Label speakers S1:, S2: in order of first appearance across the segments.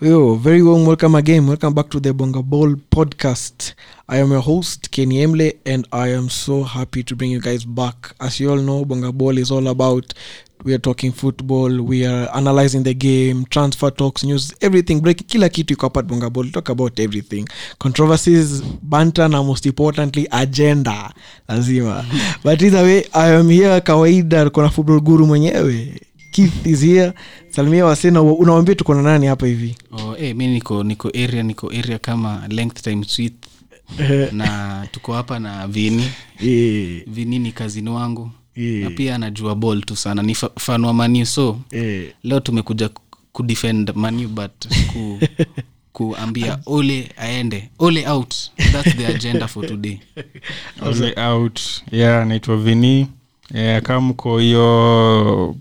S1: Yo, very warm welcome again. Welcome back to the Bonga Ball podcast. I am your host, Kenny Emle, and I am so happy to bring you guys back. As you all know, Bonga Ball is all about we are talking football, we are analyzing the game, transfer talks, news, everything. Break kila kitu iko hapa at Bonga Ball. We Talk about everything. Controversies, banter na most importantly agenda. Lazima. But either way, I am here kawaida kuna football guru mwenyewe. Keith is here. Salimia wasena unawambia tuko na nani hapa hivi?
S2: oh, eh, mi niko niko area niko area kama length time sweet na tuko hapa na vini
S1: Eh,
S2: vini ni kazini wangu
S1: Yeah.
S2: na pia anajua ball tu sana ni fa- fan wa maniu so
S1: eh.
S2: leo tumekuja ku- kudefend maniu but ku, kuambia ole aende ole out thats the agenda for today
S3: Ole out yeah naitwa vini yeah, kaa mko hiyo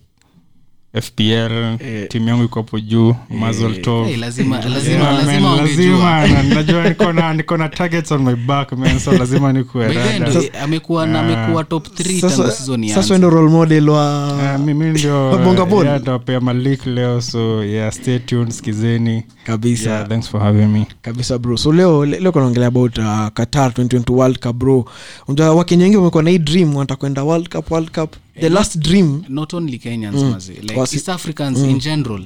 S3: fpl timu yangu iko hapo juu Mazel tov.
S2: Eh. hey, lazima lazima
S3: Oh. Yeah, man,
S2: lazima wangejua
S3: lazima na- najua niko na- niko na targets on my back man so lazima nikuwe
S2: By the way,
S3: rada.
S2: ndo- eh, amekuwa na amekuwa top 3 tangu season
S1: Sasa
S2: ianze.
S1: sasa ndo role model wa
S3: Ah, mimi ndio
S1: Wabonga ball.
S3: yeah, ndawapea malik leo so yeah stay tuned skizeni
S1: kabisa
S3: yeah, thanks for having me
S1: kabisa bro so leo leo kunaongelea about uh, qatar 2022 world cup bro unajua wakenya wengi wamekuwa na hii dream wanataka kwenda world cup world cup the last dream
S2: not only kenyans maze like
S1: Wasi-
S2: east africans in general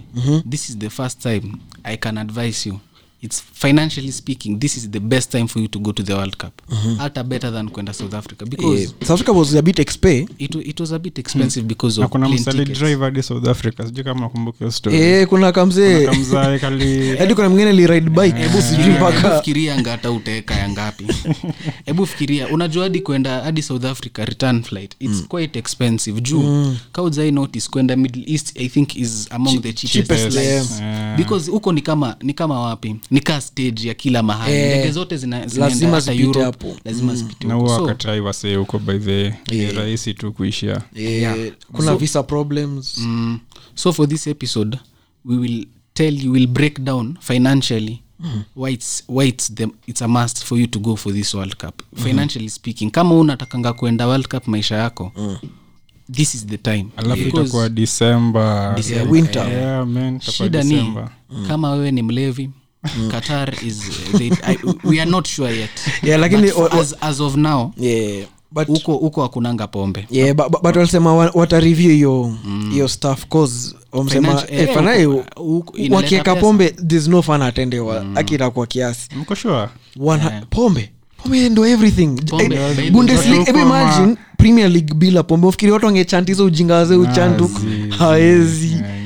S2: this is the first time i can advise you it's financially speaking this is the best time for you to go to the world cup hata better than kwenda south africa because
S1: eh, south africa was a bit expe
S2: it, wa- it was a bit expensive because
S3: na
S2: of
S3: kuna
S2: plane
S3: msali
S2: tickets.
S3: drive hadi south africa sijui kama nakumbuka hiyo story
S1: eh, kuna kamzee
S3: kamzae kali
S1: hadi kuna mwingine liride bike
S3: Eh.
S1: hebu sijui
S2: Yaani, Hebu
S1: mpaka
S2: fikiria ngata uteka ya ngapi hebu fikiria unajua hadi kwenda hadi south africa return flight its
S1: Mm.
S2: quite expensive juu mm. kauzai notice kwenda middle east i think is among the cheapest,
S1: cheapest,
S2: flights.
S3: yeah.
S2: because huko ni kama ni kama wapi ni ka stage ya kila mahali
S1: Eh,
S2: ndege zote zina, zinaenda
S1: lazima
S2: hata
S1: zipite
S2: Europe,
S1: hapo.
S2: lazima zipite
S3: Mm. na
S2: huko.
S3: huwa
S2: So, Eh.
S3: wakatai wasee huko by the
S1: Yeah.
S3: ni rahisi tu kuishia
S1: eh, kuna visa problems
S2: Mm. so for this episode we will tell you we'll break down financially
S1: Mm.
S2: why it's, why it's, the, it's a must for you to go for this world cup financially speaking kama unatakanga kuenda world cup maisha yako
S1: Mm.
S2: this is the time
S3: alafu
S2: Because
S3: itakuwa december
S1: Yeah, winter
S3: Yeah, man, itakuwa
S2: shida ni
S3: December.
S1: Mm.
S2: kama wewe ni mlevi qatar is they, I, we are not sure yet
S1: Yeah, lakini
S2: But for
S1: wa- wa-
S2: as, as of now
S1: yeah, but
S2: huko huko hakunanga pombe
S1: yeah, but, but, but walisema wa- watareview hiyo
S3: Mm.
S1: hiyo staff cause wamsema
S2: Financial-
S1: eh,
S2: eh,
S1: fanaye
S2: huko- huko inaleta
S1: wakieka
S2: pesa.
S1: pombe there's no fan atendewa mm. akitakuwa kiasi
S3: mko sure
S1: One, yeah. pombe pombe ndo everything
S2: Pombe,
S1: Eh,
S2: baby.
S1: Bundesliga, hebu
S3: Watu kwa
S1: imagine premier league bila pombe ufikiri watu wangechanti hizo ujinga waze uchantu
S3: Nazi.
S1: hawezi
S3: Yeah, yeah.
S1: hawezi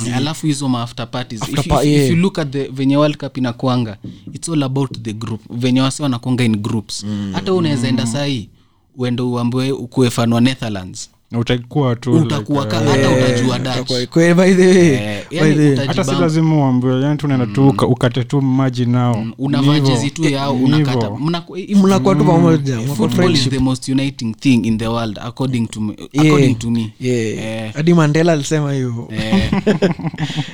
S2: Mm-hmm. alafu hizo maafter parties
S1: After
S2: if,
S1: pa-
S2: if,
S1: yeah.
S2: if you look at the venye world cup inakuanga its all about the group venye wase wanakuanga in groups hata mm. unaweza enda sahii uende uambwe ukuwe fan wa netherlands
S3: Na utakuwa tu
S2: utakuwa
S3: like,
S2: ka
S3: eh,
S2: hata utajua Dutch.
S1: Kwa- kwa- by the way,
S2: Eh,
S1: by
S2: yani
S1: the way.
S2: uta-
S3: hata si
S2: Jibamba.
S3: lazima uambiwe yani tunaenda tu uka- ukate tu maji nao
S2: unavaa
S3: Ni
S2: jezi
S3: hivyo.
S2: Mm, tu yao
S3: Ni
S2: unakata
S3: hivyo.
S2: Mnaku- if-
S1: mnakuwa
S3: Mm.
S1: tu pamoja mnakuwa
S2: Mm. football is
S1: friendship.
S2: the most uniting thing in the world according to me,
S1: Yeah,
S2: according to me.
S1: yeah.
S2: Eh,
S1: hadi mandela alisema hiyo
S2: eh.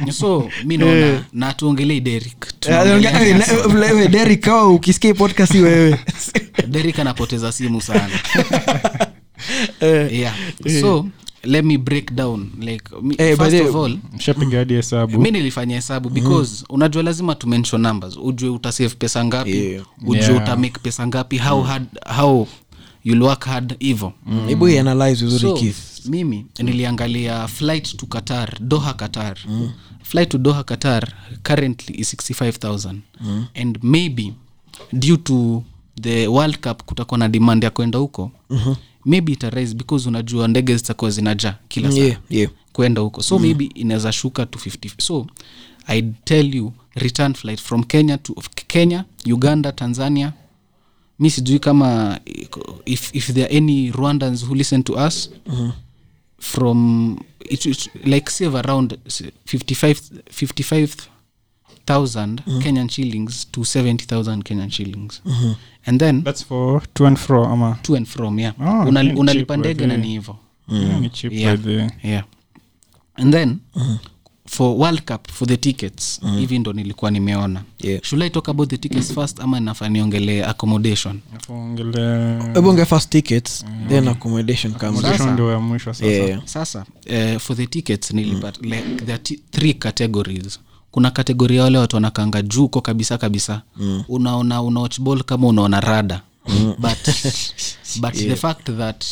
S2: so mi naona na tuongelei Derrick. Tunaongelea
S1: Eh, eh, eh, wewe, Derrick, kama ukisikia hii podcast si wewe
S2: derik anapoteza simu sana
S1: Eh,
S2: yeah so let me break down like me,
S1: Eh, by
S2: first
S1: the-
S2: of all
S3: mshapiga hadi hesabu
S2: mi nilifanya hesabu because
S1: Mm-hmm.
S2: unajua lazima to mention numbers ujue utasave pesa ngapi
S1: Yeah.
S2: ujue
S3: Yeah.
S2: utamake pesa ngapi how hard how you'll work hard hivo
S1: Mm. hebu ianalyze vizuri
S2: Mm. so
S1: Keith.
S2: mimi niliangalia flight to qatar doha qatar flight to doha qatar currently is 65000
S1: Mm.
S2: and maybe due to the world cup kutakuwa na demand ya kwenda huko
S1: Mm-hmm.
S2: maybe ita rise because unajua ndege zitakuwa zinajaa kila saa
S1: Yeah, yeah.
S2: kwenda huko so maybe inaweza shuka to 50 so i tell you return flight from kenya to of kenya uganda tanzania mi sijui kama iko- if, if there are any rwandans who listen to us mm-hmm. from it, it, like save around s- 55 55 thousand kenyan shillings to 70000 kenyan shillings mm-hmm. and then
S3: thats for to and fro ama
S2: to and from yeah
S3: Ah,
S2: Una-
S3: ni cheap
S2: unalipa
S3: by
S2: ndege
S3: the
S2: na
S3: way.
S2: ni hivo
S3: Yeah, ni cheap
S2: Yeah.
S3: by the-
S2: yeah and then for world cup for the tickets
S3: Mm.
S2: hivi ndo nilikuwa nimeona
S1: Yeah.
S2: should i talk about the tickets first ama nafaa niongelee accommodation
S3: Kuongelea-
S2: Mm.
S1: hebu ongea first tickets then accommodation comes
S3: Accommodation ndio ya mwisho sasa Eh,
S1: Yeah.
S2: eh, sasa uh, for the tickets nilipata like there are t- three categories kuna kategoria wale watu wanakanga juu huko kabisa kabisa mm. unaona unawatch ball kama unaona rada mm. but, but yeah. the fact that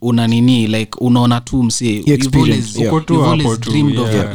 S2: una nini like unaona tu
S1: experience, yeah.
S3: Uko tu hapo tu, yeah.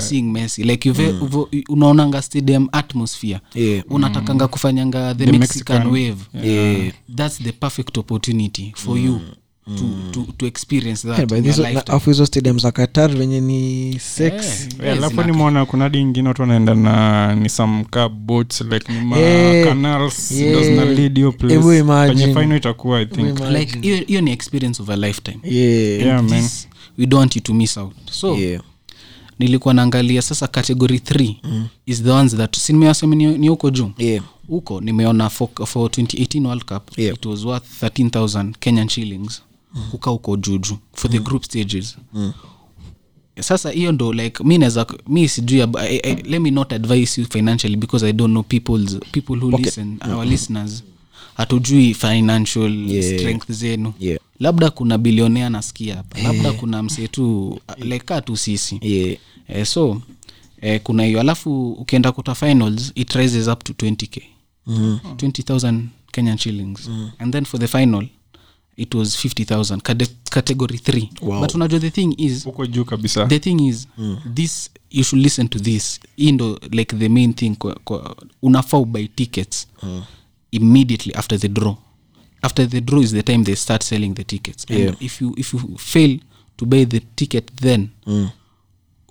S2: msiunaonanga stadium atmosphere
S1: Mm. Yeah.
S2: unatakanga
S3: Mm.
S2: kufanyanga the, mexican, wave yeah. that's the perfect opportunity for you to, to, to experience that
S1: Mm. Yeah, but
S2: in
S1: hizo-
S2: your
S1: na-
S2: lifetime.
S1: afu hizo stadium za qatar venye ni
S2: Eh,
S1: sex
S3: Yeah, alafu nimeona kuna hadi ingine watu wanaenda na ni some car boats like ni ma
S1: Yeah.
S3: canals
S1: Yeah.
S3: ndo zina lead hiyo place.
S1: Hebu imagine.
S3: Penye final itakuwa i think
S2: like hiyo hiyo ni experience of a lifetime
S1: yeah.
S3: yeah, man.
S2: we don't want you to miss out so
S1: Yeah.
S2: nilikuwa naangalia sasa category 3 mm. is the ones that si nimewasema ni ni huko juu
S1: Yeah.
S2: huko nimeona for, for 2018 world cup
S1: Yeah.
S2: it was worth 13000 kenyan shillings mm. kuka huko juju for the group stages mm. sasa hiyo ndo like mi naweza mi sijui ab- I- I- let me not advise you financially because i don't know people's, people who listen
S1: Mm.
S2: our listeners hatujui financial
S1: Yeah.
S2: strength zenu
S1: Yeah. Eh.
S2: labda kuna bilionea nasikia hapa labda kuna msetu lekaa tu sisi
S1: Yeah.
S2: eh, so eh, kuna hiyo alafu ukienda kuta finals it rises up to 20k mm. 20000 kenyan shillings mm. and then for the final it was 50000 cate- category 3
S1: Wow.
S2: but unajua the thing is
S3: huko juu kabisa
S2: the thing is mm. this you should listen to this hii ndo like the main thing kwa, kwa, unafaa ubuy tickets mm. immediately after the draw after the draw is the time they start selling the tickets yeah. and if you, if you fail to buy the ticket then mm.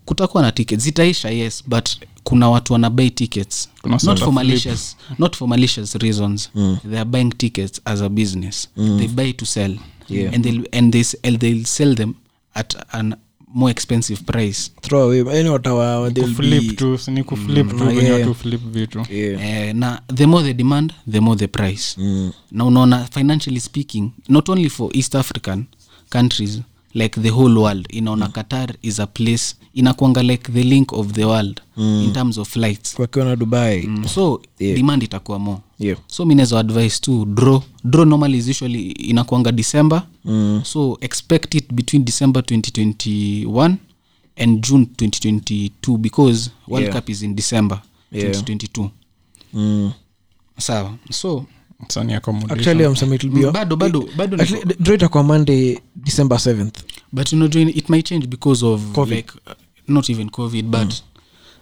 S2: kutakuwa na tickets zitaisha yes but kuna watu wanabuy tickets
S3: Kuna
S2: not
S3: sort
S2: for
S3: of
S2: malicious not for malicious reasons mm. they are buying tickets as a business mm. they buy to sell yeah. and, they'll, and, they, s- and they'll sell them at an more expensive price
S1: throw away yani watawa they'll be- Mm. Ah,
S3: kuflip tu si ni kuflip tu venye watu flip vitu
S1: yeah.
S2: eh, na the more the demand the more the price mm. na unaona financially speaking not only for east african countries like the whole world inaona mm. qatar is a place inakwanga like the link of the world mm. in terms of flights
S1: wakiwa na dubai
S2: mm. so yeah. demand itakuwa more
S1: Yeah.
S2: so mi naweza advice tu draw draw normally is usually inakuanga december mm. so expect it between december 2021 and june 2022 because world
S1: Yeah.
S2: cup is in december
S1: Yeah.
S2: 2022
S1: Mm.
S2: sawa so
S3: Sasa ni accommodation.
S1: actually um, I'm sorry, it'll be
S2: Mm, bado bado bado
S1: Actually, the draw itakuwa monday december 7th
S2: but you know Johnny, it might change because of covid. like uh, not even covid but mm.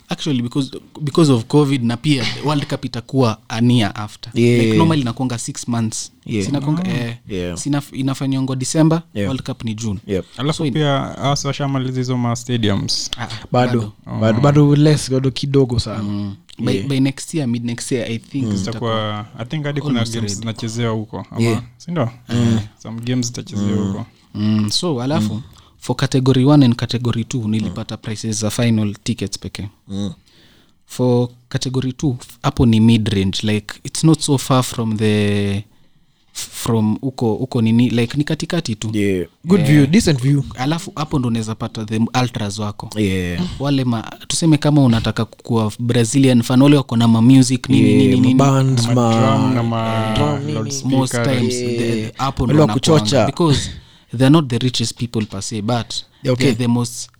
S2: actually because because of covid na pia world cup itakuwa a year after
S1: Yeah.
S2: like normally inakuanga six months
S1: Yeah.
S2: sinakuanga
S3: Ah.
S2: eh,
S1: Yeah.
S2: sinaf- inafanywanga december
S1: Yeah.
S2: world cup ni june
S1: yep.
S3: alafu
S2: So in-
S3: pia hasa washamaliza hizo ma stadiums
S1: Mm.
S2: Ah,
S1: bado bado bado less bado kidogo sana
S2: by, by next year mid next year i think
S1: Mm.
S2: zitakuwa-
S3: zitakuwa i think hadi kuna games zinachezewa huko ama
S1: Yeah. Mm.
S3: sindo some games zitachezewa huko
S2: mm, so alafu mm. for category 1 and category 2 nilipata mm. prices za final tickets pekee mm. for category 2 hapo ni mid range like its not so far from the from huko huko nini like ni katikati tu
S1: yeah. good view decent view
S2: alafu hapo ndo unaweza pata the ultras wako
S1: yeah.
S2: wale ma, tuseme kama unataka kuwa brazilian fan wale wako na mamusic nini yeah, nini nini
S1: bands ma
S3: drum na ma
S2: most
S3: loudspeaker.
S2: times the- the- hapo
S1: Wale wa
S2: ndo
S1: Eh, kuchocha.
S2: wanakuanga. because they're not the richest people per se but
S1: Yeah, okay.
S2: they're the most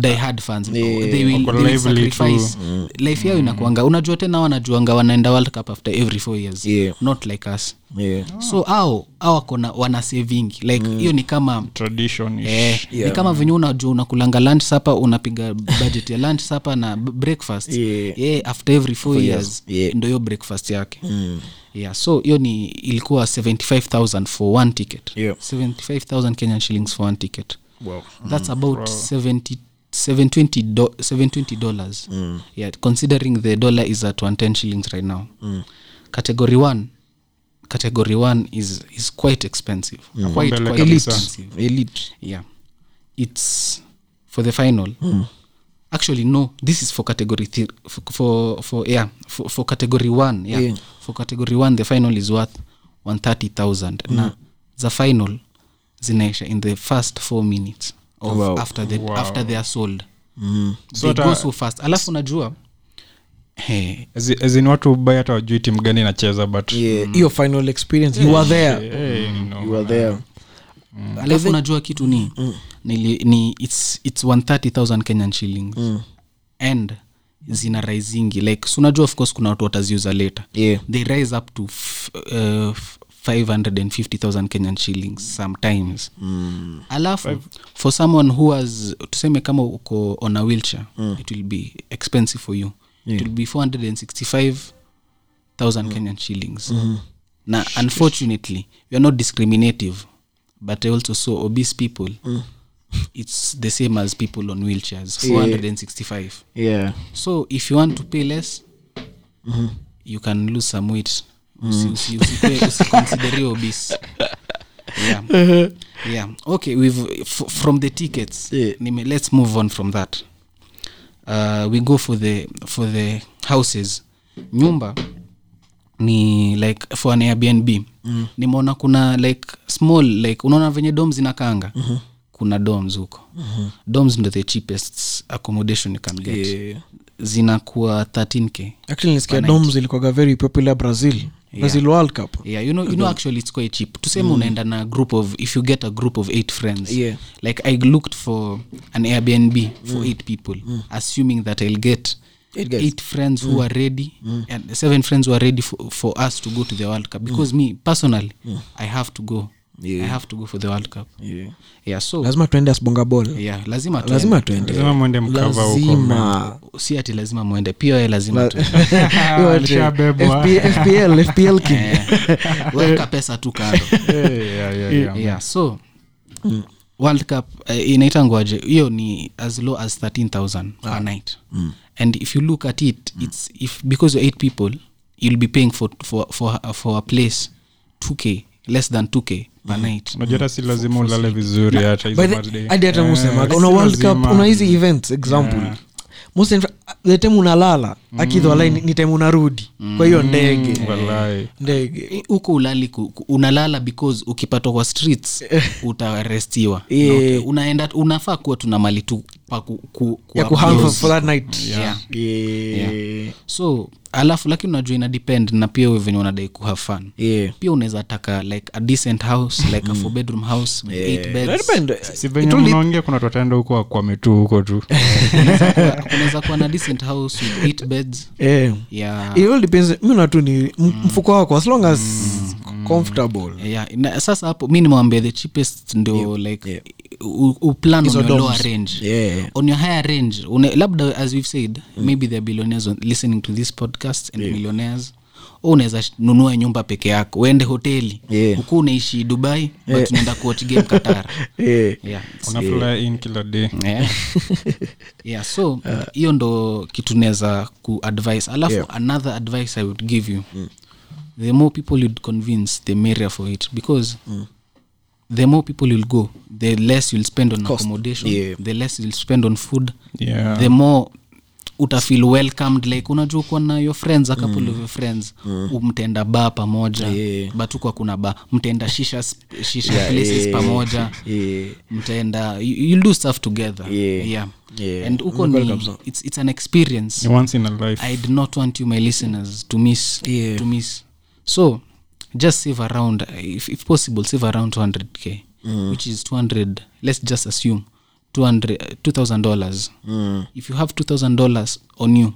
S2: diehard fans they will,
S3: Wako
S2: they will
S3: lively Mm.
S2: sacrifice
S1: Mm.
S2: life yao inakuanga unajua tena wanajuanga wanaenda world cup after every four years
S1: Yeah.
S2: not like us
S1: yeah.
S2: so au au wakona wana savingi like
S1: Mm.
S2: hiyo ni kama
S3: tradition ish.
S2: Eh, ni kama venye unajua unakulanga lunch sapa unapiga budget ya lunch sapa na b- breakfast
S1: Yeah.
S2: yeah, after every four years
S1: Yeah.
S2: ndo hiyo breakfast yake mm. yeah, so hiyo ni ilikuwa 75000 for one ticket
S1: Yeah.
S2: 75000 kenyan shillings for one ticket
S1: Wow.
S2: that's about 70 720 do- 720 dollars
S1: Mm.
S2: yeah, considering the dollar is at 110 shillings right now
S1: Mm.
S2: category 1 category 1 is, is quite expensive
S1: Mm.
S2: quite,
S3: Mbele
S2: quite
S3: kabisa.
S2: expensive
S1: elite
S2: yeah it's for the final actually no this is for category th- for, for for yeah for, for category one yeah.
S1: Yeah.
S2: for category one the final is worth 130000 na the final zinaisha in the first four minutes of
S1: Wow.
S2: after the
S3: Wow.
S2: after they are sold
S3: So
S2: they go
S3: hata-
S2: so fast alafu eh, najua hey,
S3: As in- as in watu ubai hata wajui timu gani inacheza but
S1: yeah. hiyo final experience you were there
S3: eh, you know.
S1: you were there
S2: alafu najua kitu Mm. ni, mm. ni, ni it's, it's 130000 kenyan shillings mm. and zina risingi like so unajua of course kuna watu wataziuza later
S1: Yeah.
S2: they rise up to f- uh, f- 550000 kenyan shillings sometimes mm. alafu for someone who has tuseme kama uko on a wheelchair mm. it will be expensive for you yeah. it will be 465000 kenyan shillings mm. na unfortunately we are not discriminative but I also saw obese people mm. it's the same as people on wheelchairs 465 yeah
S1: yeah
S2: so if you want to pay less you can lose some weight Usi- usi- usipe- usiconsidere obese. yeah. yeah okay we've f- from the tickets
S1: Yeah.
S2: nime- let's move on from that uh, we go for the for the houses nyumba ni like for an airbnb mm. nimeona kuna like small like unaona venye doms inakanga mm-hmm. kuna doms huko mm-hmm. doms ndo the cheapest accommodation you can get
S1: Yeah.
S2: zinakuwa 13k
S1: actually nisikia doms ilikuwaga very popular brazil brazil world cup
S2: yeah you know, you know
S1: Mm-hmm.
S2: actually it's quite cheap tuseme mm. unaenda na group of if you get a group of eight friends
S1: Yeah. Mm.
S2: like i looked for an airbnb for eight people assuming that i'll get
S1: Eight guys. Mm.
S2: eight friends who are ready and seven friends who are ready for, for us to go to the world cup because me personally i have to
S1: Mm.
S2: go
S1: Yeah.
S2: i have to go for the world cup
S1: yeah.
S2: yeah so
S1: lazima tuende asbonga bol
S2: yeah lazima tuende.
S1: lazima tuende
S3: lazima mwende mkava huko
S1: lazima
S2: si ati lazima mwende pia we lazima tuende.
S3: Alishabebwa.
S1: FP- fpl fpl king
S2: weka pesa tu kando
S3: Yeah, yeah, yeah, yeah.
S2: yeah so world cup uh, inaitangwaje hiyo ni as low as 13000 a night and if you look at it it's if because you're eight people you'll be paying for, for, for, for a place 2k less than 2k per night
S3: unajua hata si lazima ulale vizuri hata hizo
S1: By the-
S3: birthday.
S1: hadi hata
S3: Eh,
S1: musema
S3: si
S1: una world cup
S3: lazima.
S1: una hizi events example Most in fa- the time unalala akidhalai ni time unarudi kwa hiyo ndege
S3: Mm, Walai.
S1: ndege
S2: Eh, huko ulali ku, ku- unalala because ukipatwa kwa streets utarestiwa
S1: Yeah.
S2: Na uta- unaenda unafaa kuwa tuna mali tu pa ku, ku,
S1: ya
S2: ku-
S1: kuhang for- for that night
S2: Yeah.
S1: Yeah.
S2: so alafu lakini unajua ina depend na pia wewe venye unadai kuhave fun
S1: Yeah.
S2: pia unaweza taka like a decent house like a
S1: Mm.
S2: four bedroom house with eight
S1: That
S2: beds
S1: depend.
S3: si venye mnaongea kuna tuataenda huko wakwame tu huko tu
S2: Unaweza kuwa- unaweza kuwa na decent house with eight beds
S1: Eh.
S2: yeah
S1: It all depends. mi natu ni m- mfuko wako as long as comfortable
S2: yeah na, sasa hapo mi nimwambia the cheapest ndo like
S1: yeah.
S2: u- uplan on
S1: Hizo
S2: your lower
S1: domes.
S2: range
S1: Yeah. Mm.
S2: on your higher range une, labda as we've said maybe there are billionaires on, listening to this podcast and millionaires au unaweza sh- nunua nyumba peke yako uende hoteli
S1: Yeah.
S2: huku unaishi dubai but unaenda kuwatch game qatar
S1: Eh.
S2: yeah.
S3: unafly in kila day
S1: Mm.
S2: yeah. Eh? yeah so hiyo ndo kitu naweza kuadvise alafu
S1: Yeah.
S2: another advice i would give you mm. the more people you'd convince the merrier for it because mm. the more people you'll go the less you'll spend on Cost. accommodation
S1: Yeah.
S2: the less you'll spend on food
S3: Yeah.
S2: the more utafeel welcomed like unajua kuwa na your friends a couple of your friends mm. mtaenda ba pamoja
S1: Yeah.
S2: but huko hakuna ba mtaenda shisha, sp- shisha places pamoja
S1: Yeah.
S2: mtaenda you- you'll do stuff together
S1: Yeah.
S2: yeah.
S1: Yeah.
S2: and huko ni it's, it's an experience
S3: Ni once in a life
S2: i do not want you my listeners to miss
S1: Yeah.
S2: to miss so just save around uh, if, if possible save around 200k
S1: Mm.
S2: which is 200 let's just assume 200 uh, 2000 dollars
S1: Mm.
S2: if you have 2000 dollars on you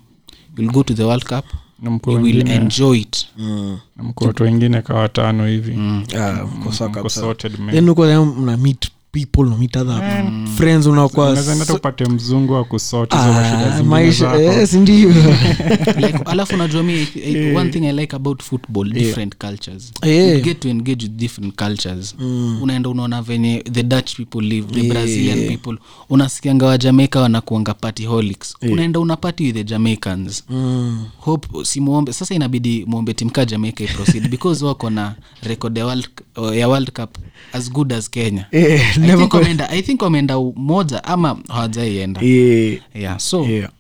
S2: you'll go to the world cup
S3: na mkuu
S2: you will
S3: wengine
S2: enjoy it
S1: Mm.
S3: na mkuu watu wengine kawa tano hivi
S1: Ah, of course,
S3: Mko
S1: kabisa.
S3: sorted, man.
S1: Then huko then mna meet people mna meet other friends unakuwa
S3: Unaweza enda hata
S1: so-
S3: upate mzungu wa kusoti hizo mashida
S1: Ah,
S3: zingine
S1: maisha
S3: zako.
S1: eh, si ndio
S2: like alafu najua mi I- I- one thing i like about football different cultures
S1: Yeah. Mm.
S2: You get to engage with different cultures unaenda unaona venye the dutch people live the brazilian people unasikianga wa jamaica wanakuanga partyholics unaenda una party with the jamaicans
S1: Mm.
S2: hope si muombe sasa inabidi muombe timka jamaica iproceed because wako na record ya world, eh, ya world cup as good as kenya
S1: Eh,
S2: I
S1: never
S2: think
S1: kwa-
S2: wameenda- i think wameenda moja ama hawajaienda
S1: Eh,
S2: yeah so
S1: yeah.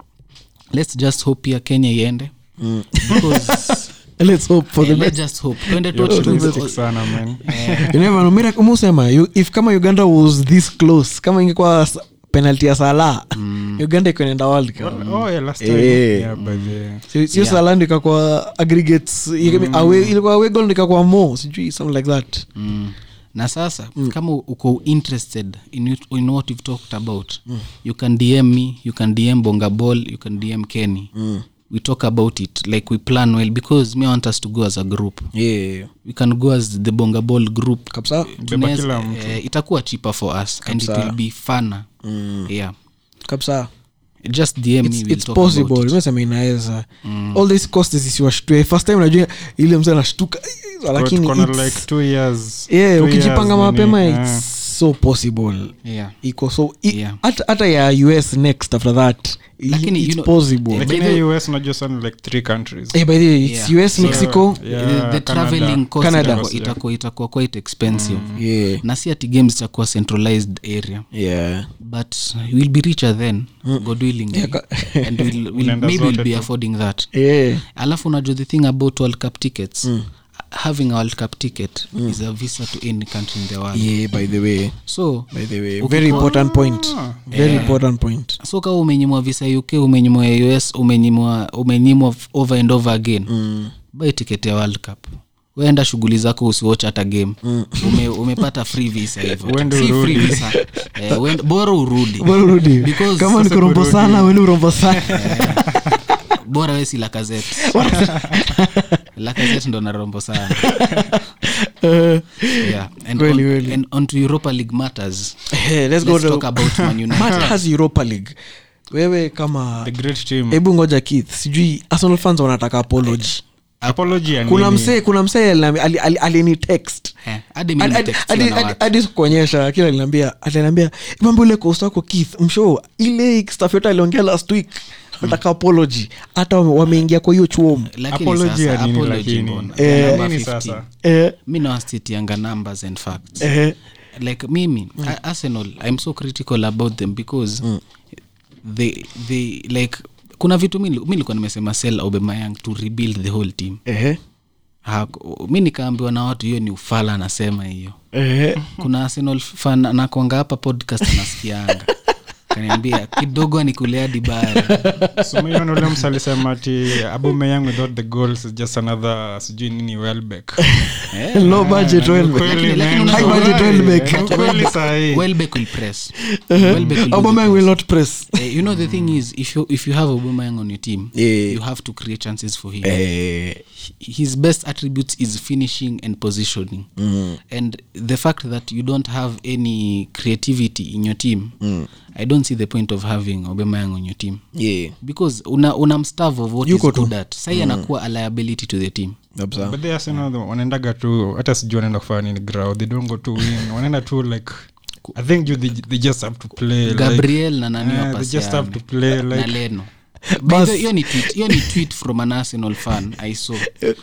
S2: let's just hope pia kenya iende because
S1: Let's hope Mm. for the
S2: eh, let's
S1: best.
S2: just hope twende
S3: Yo,
S2: tu-
S3: optimistic sana, man.
S1: You never know. Mira, kama usema, you- if kama uganda was this close kama ingekuwa s- penalty ya sala uganda ikunaenda world cup
S3: Oh, yeah, last time.
S1: Eh.
S3: Yeah, by the-
S1: sio sio sala ndo ikakwa aggregates ika- away- ilikuwa away goal ndo ikakwa more sijui something like that
S2: Mm. na sasa mm. kama uko interested in, it- in what we've talked about mm. you can dm me you can dm bongaball you can dm kenny mm. we talk about it like we plan well because me i want us to go as a group
S1: yeah.
S2: we can go as the bongaball group
S1: kabisa
S3: Beba kila
S2: Tunaweza- eh, itakuwa cheaper for us and it will be funner mm. yeah
S1: kabisa
S2: just dm me
S1: It's-
S2: we'll
S1: it's
S2: talk about
S1: possible
S2: it. Mm.
S1: imesema inaweza all these costs zisiwashtue first time najua ile mtu anashtuka "Eh," lakini
S3: Tuko na
S1: it's-
S3: like two years
S1: yeah,
S3: two
S1: ukijipanga
S3: years
S1: mapema
S3: nini, eh.
S1: its so possible
S2: yeah
S1: iko so i-
S2: Yeah.
S1: hata hata ya us next after that i-
S2: Lakini, you
S1: it's
S2: know,
S1: possible
S2: By
S3: lakini
S2: the-
S3: ya us najua sana like three countries
S1: Eh, by the way, it's
S2: Yeah.
S1: us mexico
S3: Yeah,
S2: Eh, the, the
S3: Canada.
S2: traveling cost
S1: Canada.
S2: itakuwa- itakuwa itakuwa quite expensive
S3: Mm.
S1: yeah.
S2: na si ati games itakuwa centralized area
S1: Yeah.
S2: but we'll be richer then god willingly and we'll, we'll,
S3: Mm. Unaenda
S2: maybe we'll
S3: zote
S2: be
S3: tu.
S2: affording that
S1: Yeah.
S2: alafu unajua the thing about world cup tickets
S3: Mm.
S2: having a world cup ticket is a visa to any country in the world
S1: Yeah, by the way
S2: so
S1: by the way
S2: Ukiko-
S1: very important point
S2: Ah.
S1: very important point
S2: so kama umenyimwa visa ya uk umenyimwa ya us umenyimwa umenyimwa f- over and over again mm. bai tiketi ya world cup waenda shughuli zako usiwatch hata game mm. Ume, umepata free visa
S3: Uende
S2: hivosi
S3: urudi.
S2: visa eh, uende- bora urudi
S1: Bora urudi.
S2: Because
S1: kama
S2: sasa
S1: niko rombo sana wende rombo sana
S2: bora wesi lakazet lakazet ndo narombo sana yeah. and,
S1: Eh, Kweli,
S2: on,
S1: kweli.
S2: and on to europa league matters
S1: Eh, let's go
S2: let's
S1: to-
S2: talk about man united
S1: Matt has europa league wewe kama
S3: the great team
S1: hebu ngoja keith sijui arsenal fans wanataka apology
S3: apology ya
S1: kuna
S3: nini?
S1: msee kuna msee alini ali, ali, alini text
S2: Eh, hadi mimi nimetekstiwa na watu.
S1: hadi sikuonyesha lakini aliniambia aliniambia mambo ile kost wako keith msho ile staff yote aliongea last week nataka apology hata wame- wameingia kwa hiyo chuomu
S2: Lakini
S3: apology ya
S2: sasa,
S3: nini
S2: apology
S3: lakini
S2: mbona?
S3: Ya
S2: Number 15.
S3: nini sasa
S1: eh,
S2: mi nawastitianga numbers and facts
S1: eh,
S2: like mimi mm. arsenal i'm so critical about them because mm. they, they like kuna vitu mi nili- mi nilikuwa nimesema sell aubemayang to rebuild the whole team
S1: eh,
S2: Hako- mi nikaambiwa na watu hiyo ni ufala anasema hiyo
S1: eh.
S2: kuna arsenal fan anakwanga hapa podcast anasikianga kaniambia kidogo anikulea dibara
S3: sumaiona ule msa alisema ati abomeyang without the goals is just another sijui nini welbeck
S1: Low budget Welbeck.
S3: Kweli,
S2: Eh, lakini
S3: man.
S2: unajua-
S1: High budget
S3: Kweli,
S1: Welbeck. Uh-huh.
S3: eh, kweli sahi.
S2: welbeck will press Welbeck will do the
S1: Aubameyang
S2: press.
S1: Eh, will not press
S2: Eh, you know the thing is if you if you have Aubameyang on your team
S1: Yeah. Uh-huh.
S2: you have to create chances for him H- his best attributes is finishing and positioning
S1: Mm-hmm.
S2: and the fact that you don't have any creativity in your team
S1: Mm.
S2: i don't see the point of having Aubameyang on your team because una, una mstav of what
S1: Yuko
S2: is
S1: tu. Mm.
S2: good at sai anakuwa a liability to the team
S1: Kabisa.
S3: But they are saying, "No, wanaendaga tu hata sijui wanaenda kufanya nini ground they don't go to win wanaenda tu like i think you, they, they just have to play like-
S2: gabriel na nani
S3: Eh, they
S2: wapasiane.
S3: just have to play, like-
S2: na leno
S1: Bas.
S2: By the- hiyo ni tweet- hiyo ni tweet from an arsenal fan i saw Eh,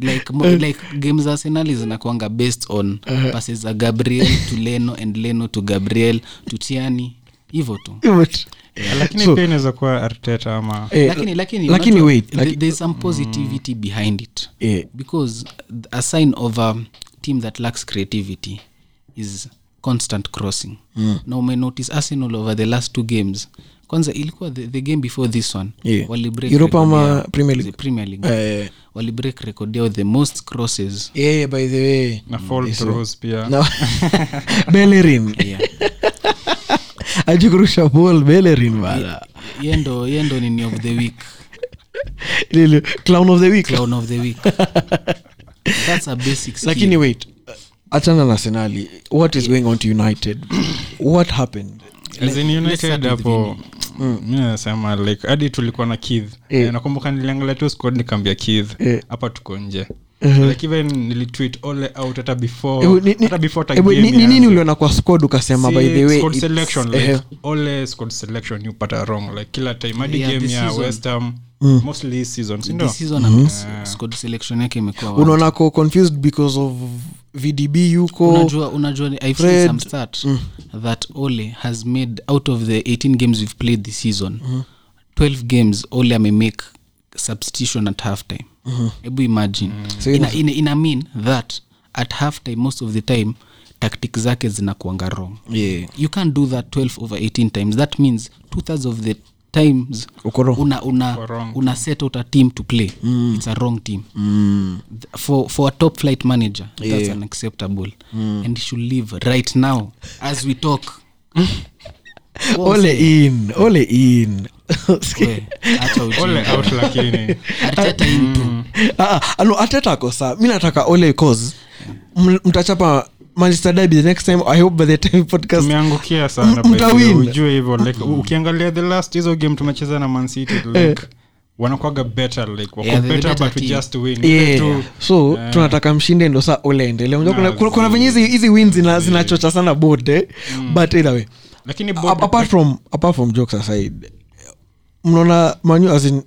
S2: like, mo, like games za arsenali zinakwanga based on
S3: Uh-huh.
S2: passes za gabriel to leno and leno to gabriel to tiani hivyo tu
S1: Hivyo tu.
S3: Eh, lakini
S1: So-
S3: pia inaweza kuwa arteta ama
S1: Eh,
S2: lakini lakini
S1: lakini
S2: unajua,
S1: wait,
S2: th-
S1: laki-
S2: there's some positivity behind it
S1: Eh.
S2: because a sign of a team that lacks creativity is constant crossing mm. na umenotice arsenal over the last two games kwanza ilikuwa the, the game before this one
S1: Yeah.
S2: walibreak
S1: Europa
S2: record
S1: ama
S2: yao-
S1: Premier League?
S2: the premier league
S1: Eh,
S2: walibreak record yao the most crosses
S1: eh, by the way eh,
S3: na fall throws pia
S1: No. Bellerin.
S2: Yeah.
S1: ajikurusha ball Bellerin bana
S2: yendo yendo nini of the week
S1: Lilo, clown of the week
S2: clown of the week that's a basic skill.
S1: lakini wait achana na senali what is going on to united what happened
S3: As in united
S2: start with
S3: hapo mm, mi nasema like hadi tulikuwa na kith
S1: Eh.
S3: nakumbuka niliangalia tu squad nikaambia kith
S1: Eh.
S3: hapa tuko nje
S1: Mhm.
S3: like even nilitweet ole out hata before
S1: Ebu, Eh, ni- ni-
S3: Oh, hata before hata
S1: ebu,
S3: game
S1: ni- ni- nini
S3: ianze.
S1: uliona kwa squad ukasema
S3: See,
S1: by the way
S3: squad
S1: it's-
S3: selection, like,
S1: eh,
S3: ole squad selection you pata wrong like kila time hadi
S2: Yeah,
S3: game
S2: this
S3: ya
S2: season.
S3: west ham
S1: Mm.
S3: mostly this season si
S2: This
S3: ndio?
S2: season ame- squad selection yake imekuwa wa-
S1: unaona ko confused because of vdb yuko
S2: unajua unajua ni- I've
S1: Fred- mm.
S2: seen some stat that ole has made out of the 18 games we've played this season
S1: Mm-hmm.
S2: 12 games ole amemake substitution at half time hebu imagine
S1: Mm-hmm. So
S2: ina, ina, ina mean that at half time most of the time tactic zake zinakuanga wrong
S1: Yeah.
S2: you can't do that 12 over 18 times that means two thirds of the times
S1: ukoro
S2: una una
S3: Uko wrong.
S2: una set out a team to play mm. it's a wrong team
S1: mm.
S2: Th- for for a top flight manager yeah. that's
S1: Yeah.
S2: unacceptable mm. and he should leave right now as we talk Well,
S1: ole in ole in
S2: we, acha ujinga.
S3: Ole out lakini
S2: Arteta into.
S1: Ah, ah, no, ateta ako saa mi nataka ole cause m- mtachapa manchester derby the next time i hope by the time podcast
S3: tumeangukia
S1: M-
S3: sana by the way,
S1: mtawin.
S3: ujue hivyo like u- ukiangalia the last hizo game tumecheza na mancity
S1: Eh.
S3: like wanakwaga better like wako
S2: Yeah, they're the
S3: better
S2: better
S3: but we
S2: team.
S3: just win Ile
S1: Yeah.
S3: tu-
S1: so
S3: Eh.
S1: tunataka mshinde ndo saa ole endelee Unajua kuna-
S3: Nah,
S1: kuna- kuna
S3: zi-
S1: venye hizi- hizi win zina- zinachocha sana bod eh?
S3: Mm.
S1: but either way
S3: lakini
S1: A-
S3: Bob-
S1: apart from apart from jokes aside mnaona manu as in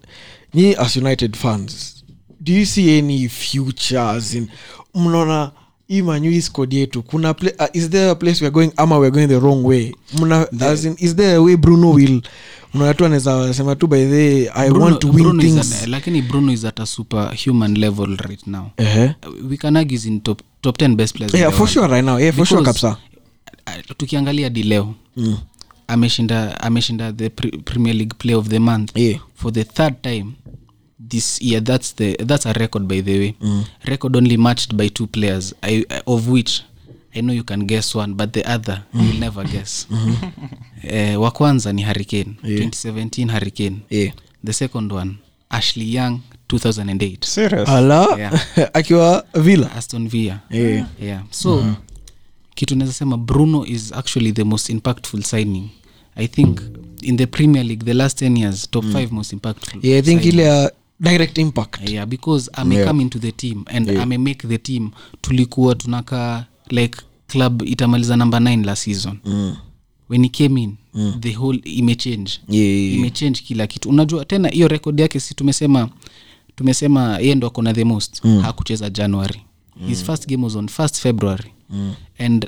S1: nyi as united fans do you see any future as in mnaona hii manu hii squad yetu kuna pla- uh, is there a place weare going ama weare going the wrong way mna as in is there a way bruno will mnaona tu anaweza sema tu by the i
S2: Bruno-
S1: want to win
S2: Bruno is
S1: things
S2: at- lakini bruno is at a superhuman level right now
S1: uh-huh.
S2: we can argue is in top, top 10 best players in
S1: yeah,
S2: the
S1: for
S2: world.
S1: sure right now yeah, Eh, for sure
S2: Because,
S1: kabisa
S2: uh, tukiangalia di leo mm. ameshinda ameshinda the pre- premier league play of the month
S1: Yeah.
S2: for the third time this year that's the that's a record by the way mm. record only matched by two players I, I- of which i know you can guess one but the other mm. you'll never guess
S1: Mm-hmm.
S2: eh, wa kwanza ni hurricane yeah. 2017 hurricane
S1: Yeah.
S2: the second one ashley young 2008
S3: Serious?
S1: ala
S2: Yeah.
S1: akiwa villa
S2: aston villa
S1: Yeah.
S2: yeah. so mm-hmm. kitu naweza sema bruno is actually the most impactful signing i think in the premier league the last 10 years top mm. five most impactful
S1: yeah, i think
S2: signing.
S1: ile uh, direct impact
S2: yeah because ame yeah. come into the team and yeah. ame make the team tulikuwa tunakaa like club itamaliza number 9 last season mm. when he came in mm. the whole imechange
S1: Yeah, yeah, yeah.
S2: imechange kila kitu unajua tena hiyo rekod yake si tumesema tumesema yeye ndo akona the most mm. hakucheza january mm. his first game was on 1 february mm. and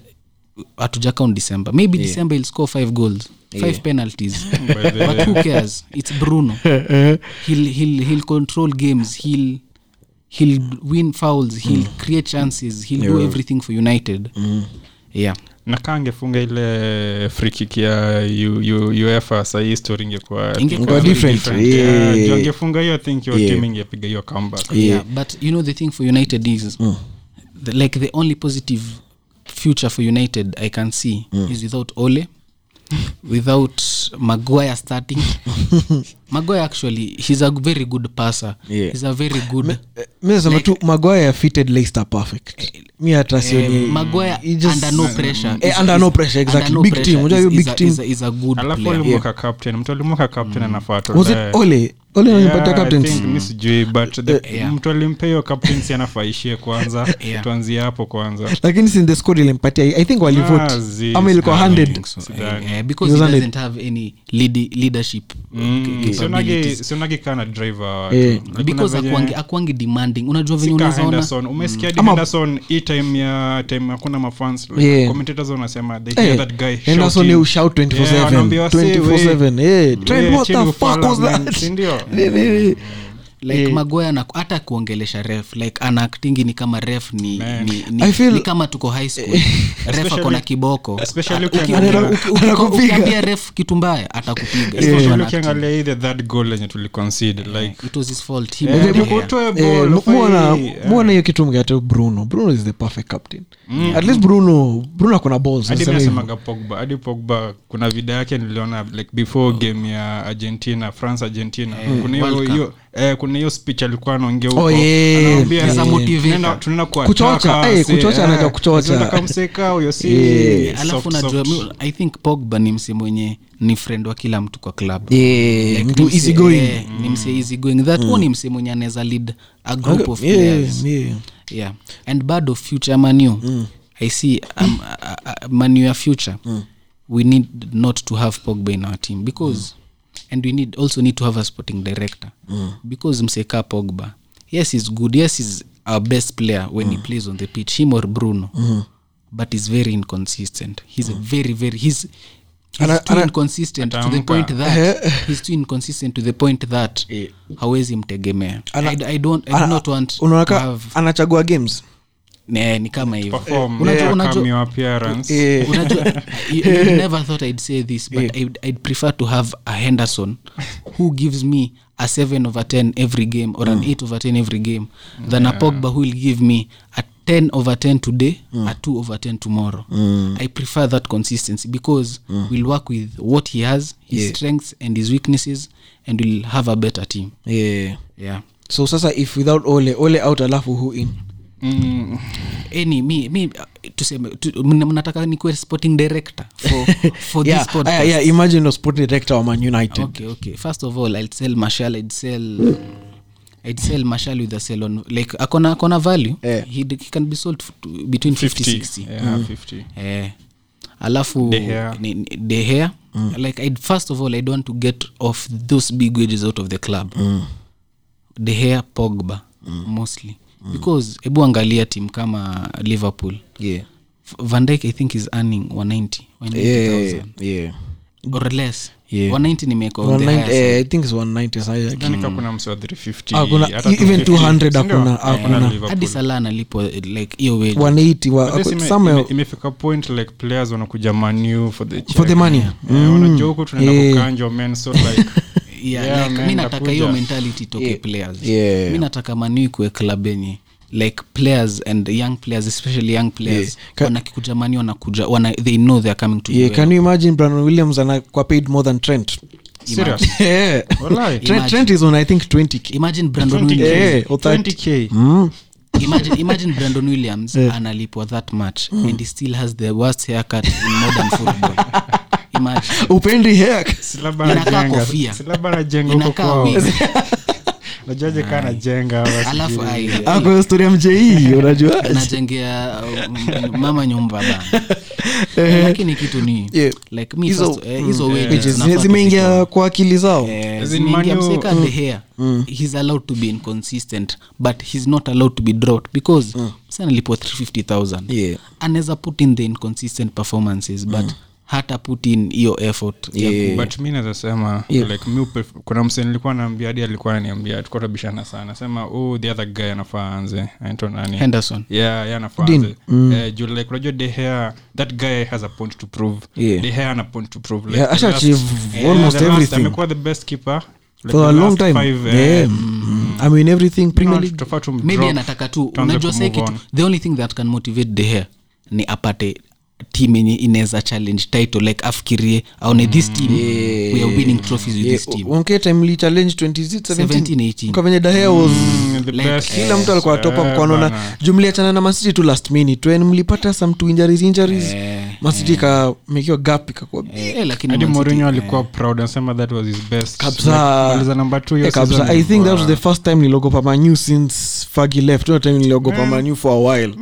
S2: hatuja count december maybe yeah. december ill score five goals five yeah. penalties
S3: By the
S2: but who cares it's bruno he'll he'll he'll control games he'll he'll win fouls he'll create chances he'll do everything for united yeah
S3: nakaa angefunga ile frikik ya U- U- uefa sahii stori ingekuwa
S2: Ingekuwa
S3: ingekuwa
S1: different.
S3: different.
S1: Yeah.
S3: Yeah, juu angefunga hiyo think hiyo team ingepiga hiyo comeback
S2: yeah but you know the thing for united is
S1: Mm.
S2: the, like the only positive future for united i can see
S1: Mm.
S2: is without ole without maguire starting maguire actually he's a very good passer
S1: Yeah.
S2: he's a very good eh,
S1: minasema tu maguire fitted leicester perfect mi hata sioni
S2: eh, Maguire
S1: he just-
S2: under no pressure
S1: Eh,
S2: is-
S1: under
S2: is-
S1: no pressure, exactly.
S2: under no
S1: Big
S2: pressure
S1: team, unajua
S2: is-
S1: hiyo
S2: is
S1: big
S2: a-
S1: team.
S2: is a- is a good
S3: alafu
S2: player.
S3: alimweka captain mtu alimweka captain anafaa
S1: was it
S3: atolewe.
S1: ole ole anampatia
S3: Yeah, I
S1: captains?
S3: think mi sijui but the-
S2: Yeah.
S3: mtu alimpea hiyo captains anafaa ishie kwanza
S2: Yeah.
S3: tuanzie hapo kwanza
S1: lakini sin the score ilimpatia i think walivote
S3: Ah, zi-
S1: ama ilikuwa
S3: sidhani.
S1: 100
S2: So,
S3: Sidhani.
S2: eh, eh, because
S1: He
S2: he
S1: was under-
S2: doesn't have any lead, leadership
S3: Mm, sionagi-
S2: capabilities.
S3: sionagi kana driver watu.
S1: Eh.
S3: Like kuna
S2: because
S3: venye-
S2: akwangi, akwangi demanding unajua venye
S3: Sika
S2: unazaona
S3: Henderson. umesikia Dean Henderson hii time ya time hakuna mafans like,
S1: Yeah.
S3: commentators wanasema they
S1: Eh,
S3: hear that guy
S1: henderson
S3: shouting.
S1: ni ushout
S3: Yeah,
S1: 24/7,
S3: wanaambiwa, "See, we-
S1: 24/7, eh, Trent,
S3: Yeah,
S1: what the
S3: Chidi
S1: fuck
S3: Ufala,
S1: was
S3: man."
S1: that?
S3: Si ndio?
S1: Ni- ni- ni-
S2: like magoya na hata kuongelesha ref like ana actingi ni kama ref ni, ni,
S1: I
S2: ni,
S1: feel-
S2: ni kama tuko high school ref ako na
S3: Especially-
S2: kiboko
S3: especially
S2: Ah, uki- uki-
S3: ukiangalia-
S2: uki- uki-
S1: Anakupiga.
S2: ukiambia ref kitu mbaya atakupiga It's
S3: Especially
S2: not an acting.
S3: ukiangalia hii the third goal yenye tuliconcede like
S2: it was his fault he
S3: eh,
S2: moved
S3: ndio
S2: the hair.
S3: utoe
S1: Eh,
S3: ball,
S1: mu-
S3: ufanye-
S1: muona-
S3: eh,
S1: muona hiyo kitu mgeate bruno bruno is the perfect captain at least bruno bruno akona balls
S3: Mm. hadi mi
S1: nasema hivyo.
S3: nasemaga pogba hadi pogba kuna video yake niliona like before game ya argentina france argentina kuna hiyo
S2: World Cup.
S3: hiyo eh, kuna hiyo speech alikuwa anaongea
S1: Oh, yeah.
S3: Anawaambia,
S2: Yeah.
S3: "Tunaenda-
S2: Motivator.
S3: tunaenda kwa
S1: Kuchocha,
S3: attack,
S1: eh,
S3: see,
S1: kuchocha,
S3: eh,
S1: anajua kuchocha.
S3: tunataka mseka huyo si
S2: alafu
S3: soft,
S2: najua
S3: soft.
S2: mi- i think pogba ni msi mwenye ni friend wa kila mtu kwa club
S1: Yeah,
S2: Like,
S1: mtu
S2: ni mse-
S1: easy going. Mm.
S2: eh, ni mse easy going that huo ni mse mwenye anaweza lead a group of
S1: Yeah,
S2: players
S1: yeah.
S2: yeah Mm. and bado future manu i see um, uh, uh, manu ya future we need not to have pogba in our team because and we need also need to have a sporting director because mseka pogba yes is good yes is our best player when he plays on the pitch him or bruno but is very inconsistent he's a very very he's He's
S1: Ana-
S2: too
S1: ana-
S2: inconsistent to the
S3: Ataamka.
S2: point that he's too inconsistent to the point that hawezi mtegemea I, I don't, I do not want to
S1: unaonaka
S2: have
S1: anachagua games
S2: ne, ni kama hivyo
S3: perform
S2: Unajua-
S3: yeah,
S2: unajua-
S3: cameo appearance
S1: Eh,
S2: unajua you, you never thought i'd say this but I'd, i'd prefer to have a henderson who gives me a 7 over 10 every game or an 8 over 10 every game than a pogba who will give me a 10 over 10 today a 2 over 10 tomorrow i prefer that consistency because we'll work with what he has his strengths and his weaknesses and we'll have a better team
S1: yeah.
S2: yeah
S1: so sasa if without ole ole out alafu who in
S3: mm,
S2: any mi, mi tuseme tu, mna- mnataka nikuwe sporting director for, for
S1: yeah,
S2: this podcast.
S1: aya, yeah, imagine no sport director wa man united
S2: okay okay first of all i'd sell mashal i'd sell i'd sell mashal with a sell on like akona akona value
S1: Eh.
S2: he, d- he can be sold f- to- between 50, 60
S3: 50
S1: Mm.
S3: yeah, 50
S2: eh. alafu
S3: De Gea.
S2: ni- ni- de hair
S1: Mm.
S2: like I'd, first of all i don't want to get off those big wages out of the club
S1: Mm.
S2: the hair pogba mostly
S1: Mm.
S2: because hebu angalia team kama liverpool
S1: yeah.
S2: F- van Dijk i think is earning 190 190,000
S1: Yeah, yeah.
S2: or less
S1: Yeah.
S2: 190 nimeka on the
S1: 190,
S2: higher side.
S1: eh, i think it's 190 sasa
S3: Sidhani kama kuna msee wa 350,
S1: Hakuna-
S3: hata
S1: Ah, even 200
S3: si ndio?
S1: hakuna-
S3: Hakuna
S1: hakuna.
S3: Liverpool.
S2: hadi sala nalipo like hiyo wage
S1: 180 wa,
S3: But this
S1: ako-
S3: ime-
S1: somewhere-
S3: ime- imefika point like players wanakuja manu for the
S1: for the
S3: check.
S1: money Mm.
S3: Eh, wanajua huku tunaenda
S1: Yeah.
S3: kukanjwa, men, so like,
S2: yeah,
S3: Yeah,
S2: like,
S3: man,
S2: mi nataka hiyo
S3: nakuja.
S2: mentality toke players
S1: Yeah.
S2: mi nataka maniu kuwe club yenye like players and young players especially young players
S1: Ka-
S2: wanakikuja mani wanakuja wana, they know they're coming to
S1: yeah,
S2: UL.
S1: can you imagine brandon williams anakuwa paid more than trent
S3: serious.
S1: yeah.
S3: Walai.
S1: trent, trent is on i think 20k
S2: imagine brandon
S3: 20K.
S2: williams,
S1: Yeah, Hmm. or 30.
S3: 20K.
S2: imagine, imagine brandon williams analipwa that much and he still has the worst haircut in modern football imagine
S1: upendi hack
S3: Si labda anajenga-
S2: kofia.
S3: si labda anajenga huko
S2: Inakaa
S3: kwao.
S2: wig.
S3: Najuaje kaa anajenga ama sijui.
S2: alafu ai-
S1: ako story ya mjei unajua
S3: E
S2: najengea uh, mama nyumba bana lakini kitu ni
S1: Eh.
S3: E.
S1: Yeah.
S2: like mi
S1: Hizo- mm,
S2: first, eh, hizo wages
S1: Which is-
S2: zinafaa
S1: zimeingia kwa Mm. akili zao
S2: Eh,
S3: As in
S2: zimeingia
S3: Manu-
S2: mseka the hair he's allowed to be inconsistent but he's not allowed to be dropped because mm. sanalipo 350000
S1: Yeah. Mm.
S2: anaweza put in the inconsistent performances but hata put in hiyo effort ya ku-
S3: but mi nazasema
S1: Yeah.
S3: like mi upe- kuna mse nilikuwa naambia hadi alikuwa ananiambia tulikuwa tabishana sana sema oh the other guy anafaa anze anaitwa nani
S2: henderson
S3: yeah, yeah, anafaa anze.
S1: mm.
S3: Eh, juu like unajua De Gea, that guy has a point to prove
S1: Yeah.
S3: De Gea ana point to prove
S1: Yeah,
S3: the
S1: asha
S3: last-
S1: achieve
S3: yeah,
S1: almost
S3: the last-
S1: everything.
S3: amekuwa the best keeper like
S1: for
S3: the
S1: a long
S3: last
S1: time
S3: five, eh,
S1: yeah. i mean everything premier
S3: not-
S1: league
S3: tofaa tu
S2: maybe
S3: mdrop,
S2: anataka tu
S3: tuanze
S2: unajua sai
S3: kumove
S2: kitu
S3: on.
S2: the only thing that can motivate the hair ni apate team yenye inaweza challenge title like afikirie aone
S3: Mm.
S2: this team we are winning trophies with this team
S1: onke time li challenge
S2: 17, 18.
S1: 2017 kavenye dahea was
S3: Mm, the
S2: Like,
S3: best.
S1: kila mtu alikuwa atopa
S3: Eh,
S1: mkwanaona
S3: bana.
S1: juu mliachana na masiti tu last minute when mlipata some two injuries injuries masiti ikamekiwa gap ikakuwa
S2: Eh, lakini
S3: hadi
S2: Man City-
S3: Mourinho alikuwa proud anasema that was his best Like,
S1: kabsa
S3: kumaliza number two hiyo
S1: Eh, kabsa.
S3: season
S1: i think that was
S3: ilikuwa-
S1: the first time niliogopa manu since fagi left no time niliogopa
S3: Mm.
S1: manu for a while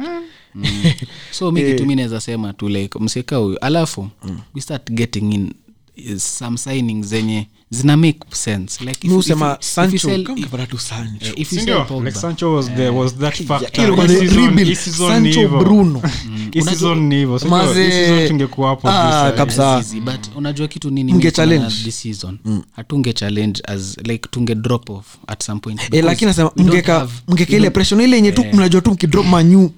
S2: so mi
S1: Eh.
S2: kitu mi naweza sema tu like mseka huyu alafu
S1: Mm.
S2: we start getting in eh, some signings zenye zina make sense like
S1: mi
S2: if- if-
S1: husema
S2: if you
S1: sancho
S2: sell- Eh,
S1: kama kapata tu sancho
S2: if you
S3: Si
S2: sell
S3: ndio?
S2: Pogba,
S3: Like Sancho was
S2: Eh,
S3: the- was that factor.
S1: Ile kwa
S3: Hii
S1: the
S3: season-
S1: rebuild,
S3: hii season ni
S1: sancho
S3: hivyo.
S1: bruno
S2: Mm.
S3: Hii season ni hivyo. Sijua, hii
S1: Maze-
S3: season tungekuwa hapo
S1: Ah,
S3: kabisa.
S1: kabisa.
S2: easy, but unajua kitu nini
S1: Mnge
S2: mi kuna
S1: challenge. Mm.
S2: this season hatunge challenge as like tunge drop off at some point
S1: Eh,
S2: because
S1: lakini nasema
S2: we don't Eh.
S1: mngeka
S2: have-
S1: mngeka ile pressure na ile yenye tu mnajua tu mkidrop manyu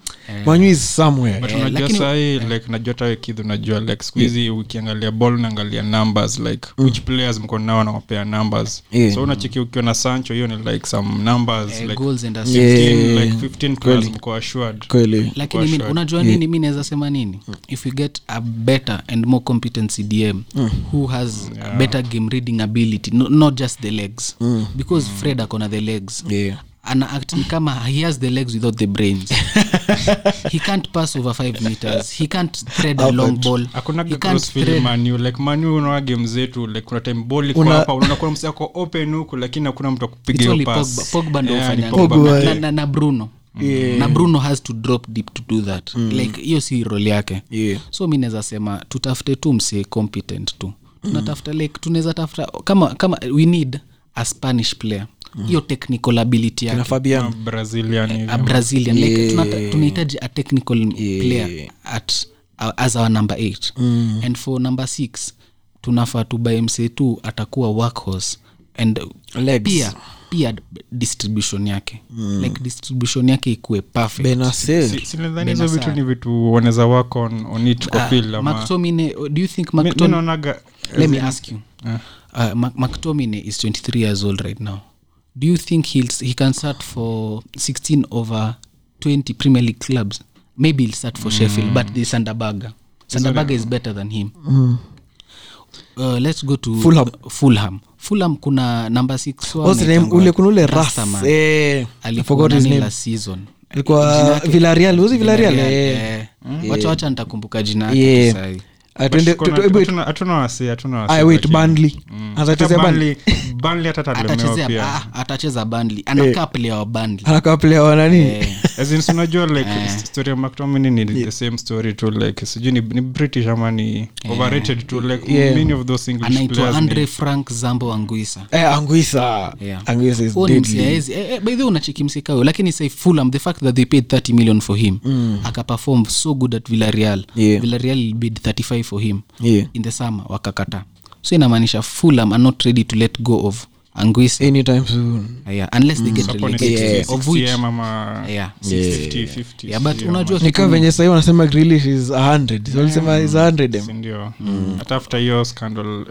S1: manyu is somewhere
S3: But unajua
S2: lakini-
S3: sahi, like najua hata kidhu najua like siku hizi ukiangalia ball naangalia numbers like
S1: Mm.
S3: which players mko nao nawapea numbers
S1: Yeah.
S3: so unacheki ukiwa na sancho hiyo ni like some numbers
S2: eh,
S3: like
S2: goals and assists.
S3: 15,
S1: Yeah.
S3: like 15 players mko assured
S1: Eh. kweli
S2: lakini mi-
S3: Washa-
S2: unajua nini mi naweza sema nini
S1: Mm.
S2: if we get a better and more competent cdm
S1: Mm.
S2: who has a better game reading ability no, not just the legs
S1: Mm.
S2: because fred akona the legs
S1: Yeah.
S2: ana act ni kama he has the legs without the brains he can't pass over five meters he can't thread a long ball he can't thread
S3: akunamanu unawa game zetu like kuna time ball iko
S1: Una-
S3: hapa unaona kuna msi ako open huku lakini hakuna mtu akupiga
S2: It's
S3: hiyo
S2: only
S3: pass.
S2: Pogba. Pogba ndo
S3: Yeah, ni
S2: hufanya
S3: Pogba. Mm.
S2: hivyo. Na- na- na bruno na bruno has to drop deep to do that like hiyo si rol yake
S1: Yeah.
S2: so mi naweza sema tutafute tu msee competent tu tunatafuta like tunaweza tafuta kama kama we need a spanish player
S3: Mm.
S2: hiyo technical ability yake
S1: na fabian
S2: um,
S3: Brazilian hivi.
S2: a brazilian like tunata- tunahitaji a technical player at uh, as our number eight mm. and for number six tunafaa tubae msee tu atakuwa workhorse and
S1: Legs.
S2: pia pia d- distribution yake mm. like distribution yake ikuwe perfect
S1: benase
S3: sinadhani hizo vitu ni vitu wanaweza work on, on it kwa
S2: Ah,
S3: field ama
S2: mctominay do you think
S3: Mi- mi
S2: mctominay
S3: naonaga
S2: let me ask you
S3: Yeah.
S2: uh, Mac- mctominay is 23 years old right now do you think he'll, s- he can start for 16 over 20 premier league clubs maybe he'll start for mm. sheffield but the sandabaga sandabaga is better than him
S1: mm.
S2: uh, let's go to
S1: Fulham.
S2: fulham fulham kuna number
S1: What's the name ule kuna ule ras
S2: sixalikuwa
S1: eh, forgot his name.
S2: season Jina
S1: alikuwa
S2: yake-
S1: vilarial uzi vilarial
S2: Villarreal,
S1: eh.
S2: eh. wacha wacha nitakumbuka jina
S1: Yeah.
S2: yake tu sahi.
S1: Ah,
S3: but
S1: twende-
S3: kuna-
S1: tu- tu- wait,
S3: hatuna- hatuna wasi hatuna wasi
S1: ah, wait
S3: lakini-
S1: bandly anachezea
S3: Hata
S1: bandly
S3: Mm. Burnley- Burnley hata atalemewa
S2: atachezea
S3: pia
S2: ah, atacheza bandli anakaa player wa bandli
S1: anakaa player wa nani
S2: Eh.
S3: As in, si unajua like story ya mctominay ni the same story tu like sijui ni, ni british ama ni overrated tu like many of those english
S2: Eh. anaitwa
S3: players
S2: andre frank zambo anguisa
S1: eh, anguisa
S2: Yeah.
S1: anguisa is
S2: Huyo ni msia
S1: deadly
S2: hezi. Eh, eh, by the way unacheki msika huyo lakini say fulham the fact that they paid 30 million for him mm. akaperform so good at villareal
S1: Yeah.
S2: villareal bid 35 for him
S1: yeah.
S2: in the summer wakakata so inamaanisha fulham are not ready to let go of anguisa
S1: anytime soon
S2: yeah, unless they get relegated of which
S3: cm ama
S2: yeah,
S3: 50, 50,
S2: yeah, but
S3: sijui
S2: unajua
S1: nikaa venye sahii wanasema grilish is 100 So walisema is 100
S3: ama- si
S1: em.
S3: ndio hata after hiyo scandal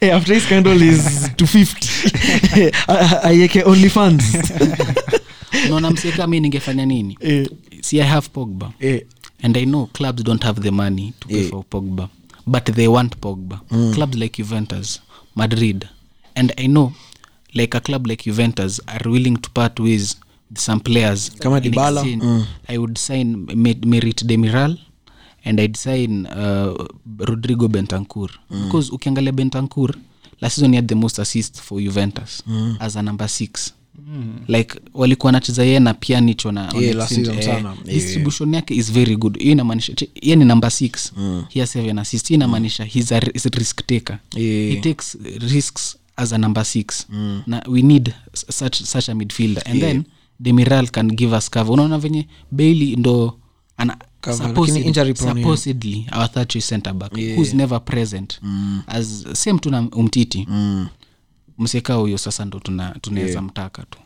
S1: Eh, after his scandal is 250 A- aiweke only fans
S2: unaona msika mi ningefanya nini
S1: Eh,
S2: see i have pogba
S1: eh,
S2: and i know clubs don't have the money to pay for pogba but they want pogba
S1: Mm.
S2: clubs like juventus madrid and i know like a club like juventus are willing to part ways with some players
S1: Kama
S2: In
S1: Dybala. mm.
S2: exchange, i would sign Me- merit demiral and i'd sign uh, rodrigo bentancur
S1: Mm.
S2: because ukiangalia bentancur last season he had the most assist for juventus
S1: Mm.
S2: as a number six like walikuwa anacheza yeye na pianicho na
S1: Yeah, last season sana.
S2: eh, distribution yake is very good hiyo inamaanisha che- ye ni number six mm. he has seven assist hiyo inamaanisha he's a ris- risk taker
S1: Yeah.
S2: he takes risks as a number six mm. na we need s- such, such a midfielder and then demiral can give us cover unaona venye bailey ndo ana
S1: Cover,
S2: supposedly-
S1: lakini injury prone, yeah.
S2: supposedly our third choice center back who's never present as same tu na umtiti mm. mseka huyo sasa ndo tunaweza tuna tunaweza mtaka tu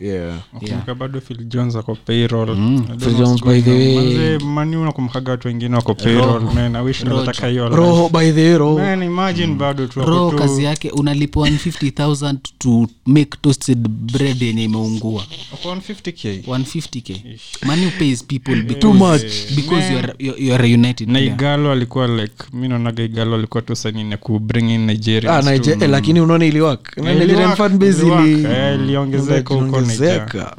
S3: Nakumbuka bado phil jones ako payroll I don't
S1: Phil
S3: know
S1: Jones,
S3: what's
S1: by the way.
S3: going on. Manze, Man U nakumbukaga watu wengine wako payroll man i wish nataka hiyo life.
S1: roho by the way, roho
S3: Man, imagine bado tu wako
S2: roho
S3: tu-
S2: kazi yake unalipwa 150000 to make toasted bread yenye imeungua
S3: wako on 50k
S2: 150k money pays people because,
S1: Too much.
S2: because you are, you- you are a united
S3: na
S2: player.
S3: igalo alikuwa like mi naonaga igalo alikuwa tu sanine ku bring in nigeria
S1: Ah, Niger- eh, lakini unaona iliwak nigerian fan base ili- Mm.
S3: iliongezeka huko Nigeria.
S1: iliongezeka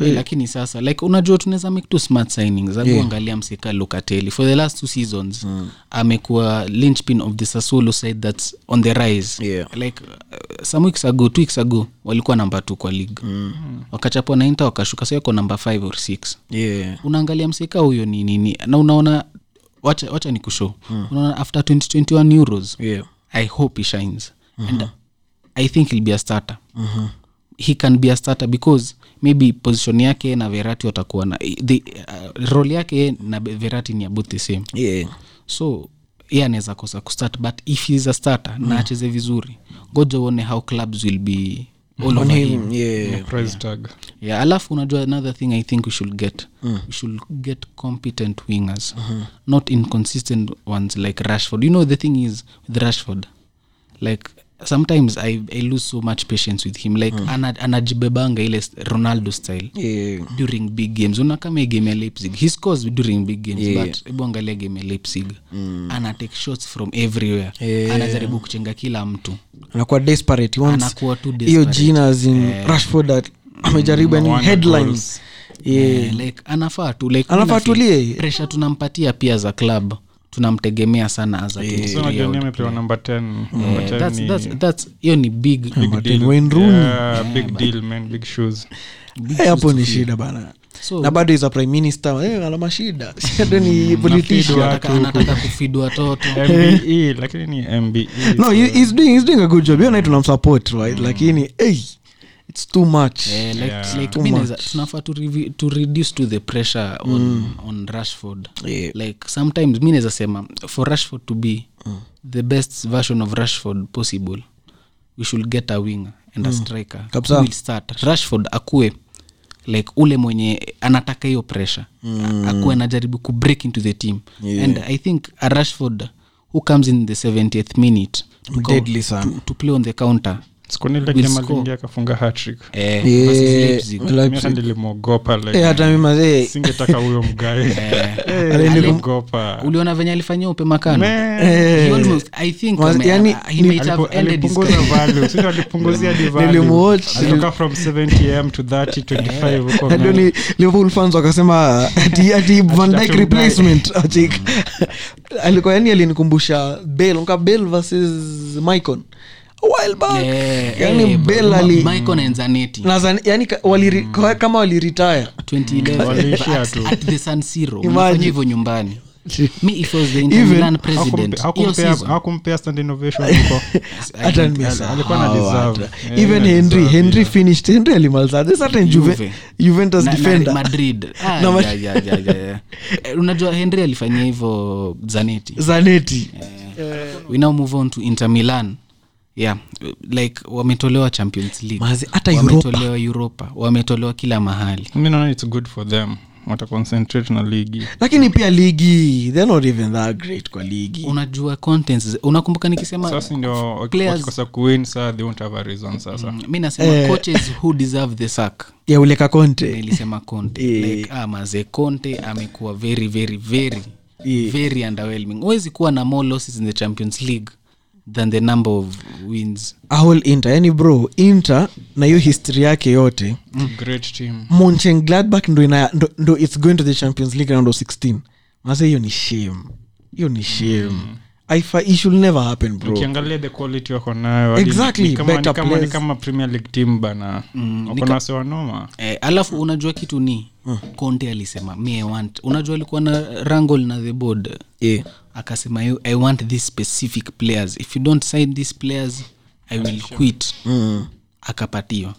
S2: Eh, lakini sasa like unajua tunaweza make two smart signings akuangalia mseka locatelli for the last two seasons
S1: Mm.
S2: amekuwa linchpin of the sassuolo side that's on the rise
S1: Yeah.
S2: like uh, some weeks ago two weeks ago walikuwa namba two kwa league mm. wakachapwa na inter wakashuka sawako namba five or six
S1: yeah.
S2: Eh, unaangalia mseka huyo ni nini na unaona wacha, wacha ni kushow mm. unaona after 2021 euros
S1: Hmm. Yeah. Hmm.
S2: i hope he shines mm-hmm. and i think he'll be a starter mm-hmm. he can be a starter because maybe position yake na verati watakuwa na the uh, role yake yeye na verati ni about the same
S1: Yeah.
S2: so ye anaweza kosa kustart but if he is a starter
S1: Hmm.
S2: mm. na acheze vizuri ngoja uone how clubs will be all
S1: On
S2: over him
S1: him, yeah.
S3: Price tag.
S2: yeah alafu unajua another thing i think we should get mm. we should get competent wingers mm-hmm. not inconsistent ones like rashford you know the thing is with rashford like sometimes i, I lose so much patience with him like mm. ana, anajibebanga ile s- ronaldo style
S1: Yeah.
S2: during big games una kama hii game ya leipzig he scores during big games
S1: Yeah.
S2: yeah. but hebu angalia game ya leipzig mm. ana take shots from everywhere
S1: Yeah.
S2: anajaribu kuchenga kila mtu
S1: anakuwa desperate He wants
S2: Anakuwa too
S1: hiyo
S2: desperate. Eh.
S1: jina zin rashford at- amejaribu yani
S3: Mwana
S1: headlines Mm, yeah.
S2: Eh, like anafaa tu like
S1: Anafaa
S2: mi nafeel
S1: atulie.
S2: pressure tunampatia pia za club tunamtegemea sana as a 23
S3: So unajua ni
S2: year old.
S3: amepewa number 10. Number
S2: Eh,
S3: 10
S2: that's-
S3: ni
S2: that's- that's- hiyo ni big
S3: big deal.
S1: Wayne Rooney.
S3: Yeah, big deal, man, big shoes.
S1: Eh, hapo ni shida bana
S2: So-
S1: na bado is a prime minister eh, ana mashida Shida ni
S3: Mnafidwa.
S1: politician
S2: Anataka- anataka kufid watoto
S3: MBE, E, lakini ni E, MBE.
S1: no he- he's doing, he's doing a good job hiyo nai tunamsupport right lakini hey, it's too much
S2: Eh, like- like
S1: Too
S2: mi
S1: much.
S2: naeza-
S1: Mm.
S2: tunafaa to, revi- to reduce to the pressure on, on rashford
S1: Yeah.
S2: like sometimes mi naweza sema for
S1: Mm.
S2: rashford to be the best version of rashford possible we should get a winger and a striker
S1: Mm. Kabisa.
S2: Who will start rashford akuwe like ule mwenye anataka hiyo pressure mm. akuwe anajaribu kubreak into the team yeah. and i think a rashford who comes in the 70th minute to, go-
S1: Deadly sana.
S2: to, to play on the counter
S3: sikunile
S2: Will
S3: game
S2: score.
S3: aliingia akafunga hatrick
S2: eh,
S1: Yeah,
S2: versus Leipzig.
S1: Leipzig.
S3: hata nilimwogopa
S1: Eh,
S3: like
S1: hata mi mazee
S3: singetaka huyo mgae
S2: Eh,
S1: Ale- Ah.
S3: nilimwogopa
S2: uliona venye alifanyia upe makano
S3: Man,
S2: He almost- I think
S1: Mas-
S2: ame-
S1: yani,
S2: he might
S3: alipu-
S2: have ended his
S3: alipunguza
S2: career.
S3: value sio alipunguzia di value.
S1: Nilimwatch.
S3: Alitoka from 70m to
S2: Eh.
S3: 30 25 huko
S1: Ndio
S3: mbele.
S1: ni liverpool fans wakasema ati ati van Dijk
S3: Ati
S1: replacement Achik. alikuwa yani alinikumbusha bel ka bel versus micon A while back
S2: Eh,
S1: yani
S2: eh,
S1: bel
S2: Ma-
S1: ali
S2: Maicon na Zanetti.
S1: na Zan- yani ka- waliri, kwa- kama waliretire
S2: 2011
S3: Waliishia
S2: at-
S3: tu.
S2: at the San Siro.
S1: Imagine.
S2: Unafanya hivyo nyumbani mi if I was the Inter
S1: Even-
S2: Milan
S3: Hakumpe-
S2: president, hiyo
S3: hakumpea-
S2: season,
S3: hakumpea stand innovation huko
S1: hata
S3: al- alikuwa na deserve.
S1: nimesahau.
S3: Eh,
S1: Oh, even
S3: na
S1: henry
S3: deserve,
S1: henry
S3: yeah.
S1: finished henry alimaliza There's certain Juve-
S2: Juve.
S1: juventus
S2: na- na
S1: defender
S2: Madrid. Ah,
S1: Na Ma-
S2: yeah, yeah, yeah, yeah, yeah. Eh, unajua henry alifanyia hivyo zaneti
S1: zaneti
S2: we now move on to inter milan yeah like wametolewa champions league
S1: Mazi, hata
S2: wametolewa europa. wametolewa kila mahali
S3: mi naona its good for them wataconcentrate na ligi
S1: lakini pia ligi they're not even that great kwa ligi
S2: unajua contents unakumbuka nikisema
S3: sasa ndio
S2: players-
S3: wakikosa kuwin saa they won't have a reason sasa
S2: mi nasema
S1: Eh.
S2: coaches who deserve the sack
S1: ya uleka konte
S2: nilisema conte
S1: Eh.
S2: like, ah, maze conte amekuwa very very very
S1: Eh.
S2: very underwhelming huwezi kuwa na more losses in the champions league than the number of wins
S1: ahol inter yani bro inter na hiyo history yake yote
S2: Mm.
S3: great team
S1: monchen gladbach ndo, ina, ndo, ndo its going to the champions league round of 16 mase hiyo ni shame hiyo ni shame Haifa- it should never happen bro
S3: ukiangalia the quality wako nayo hadi ni-
S1: Exactly,
S3: ni kama- ni
S1: better
S3: kama- ni
S1: players.
S3: kama premier league team bana wako na sewanoma
S2: eh, alafu unajua kitu ni conte alisema mi i want unajua alikuwa na rangol na the board
S1: Eh.
S2: akasema "You- i want these specific players if you don't sign these players i will quit
S1: Mm.
S2: akapatiwa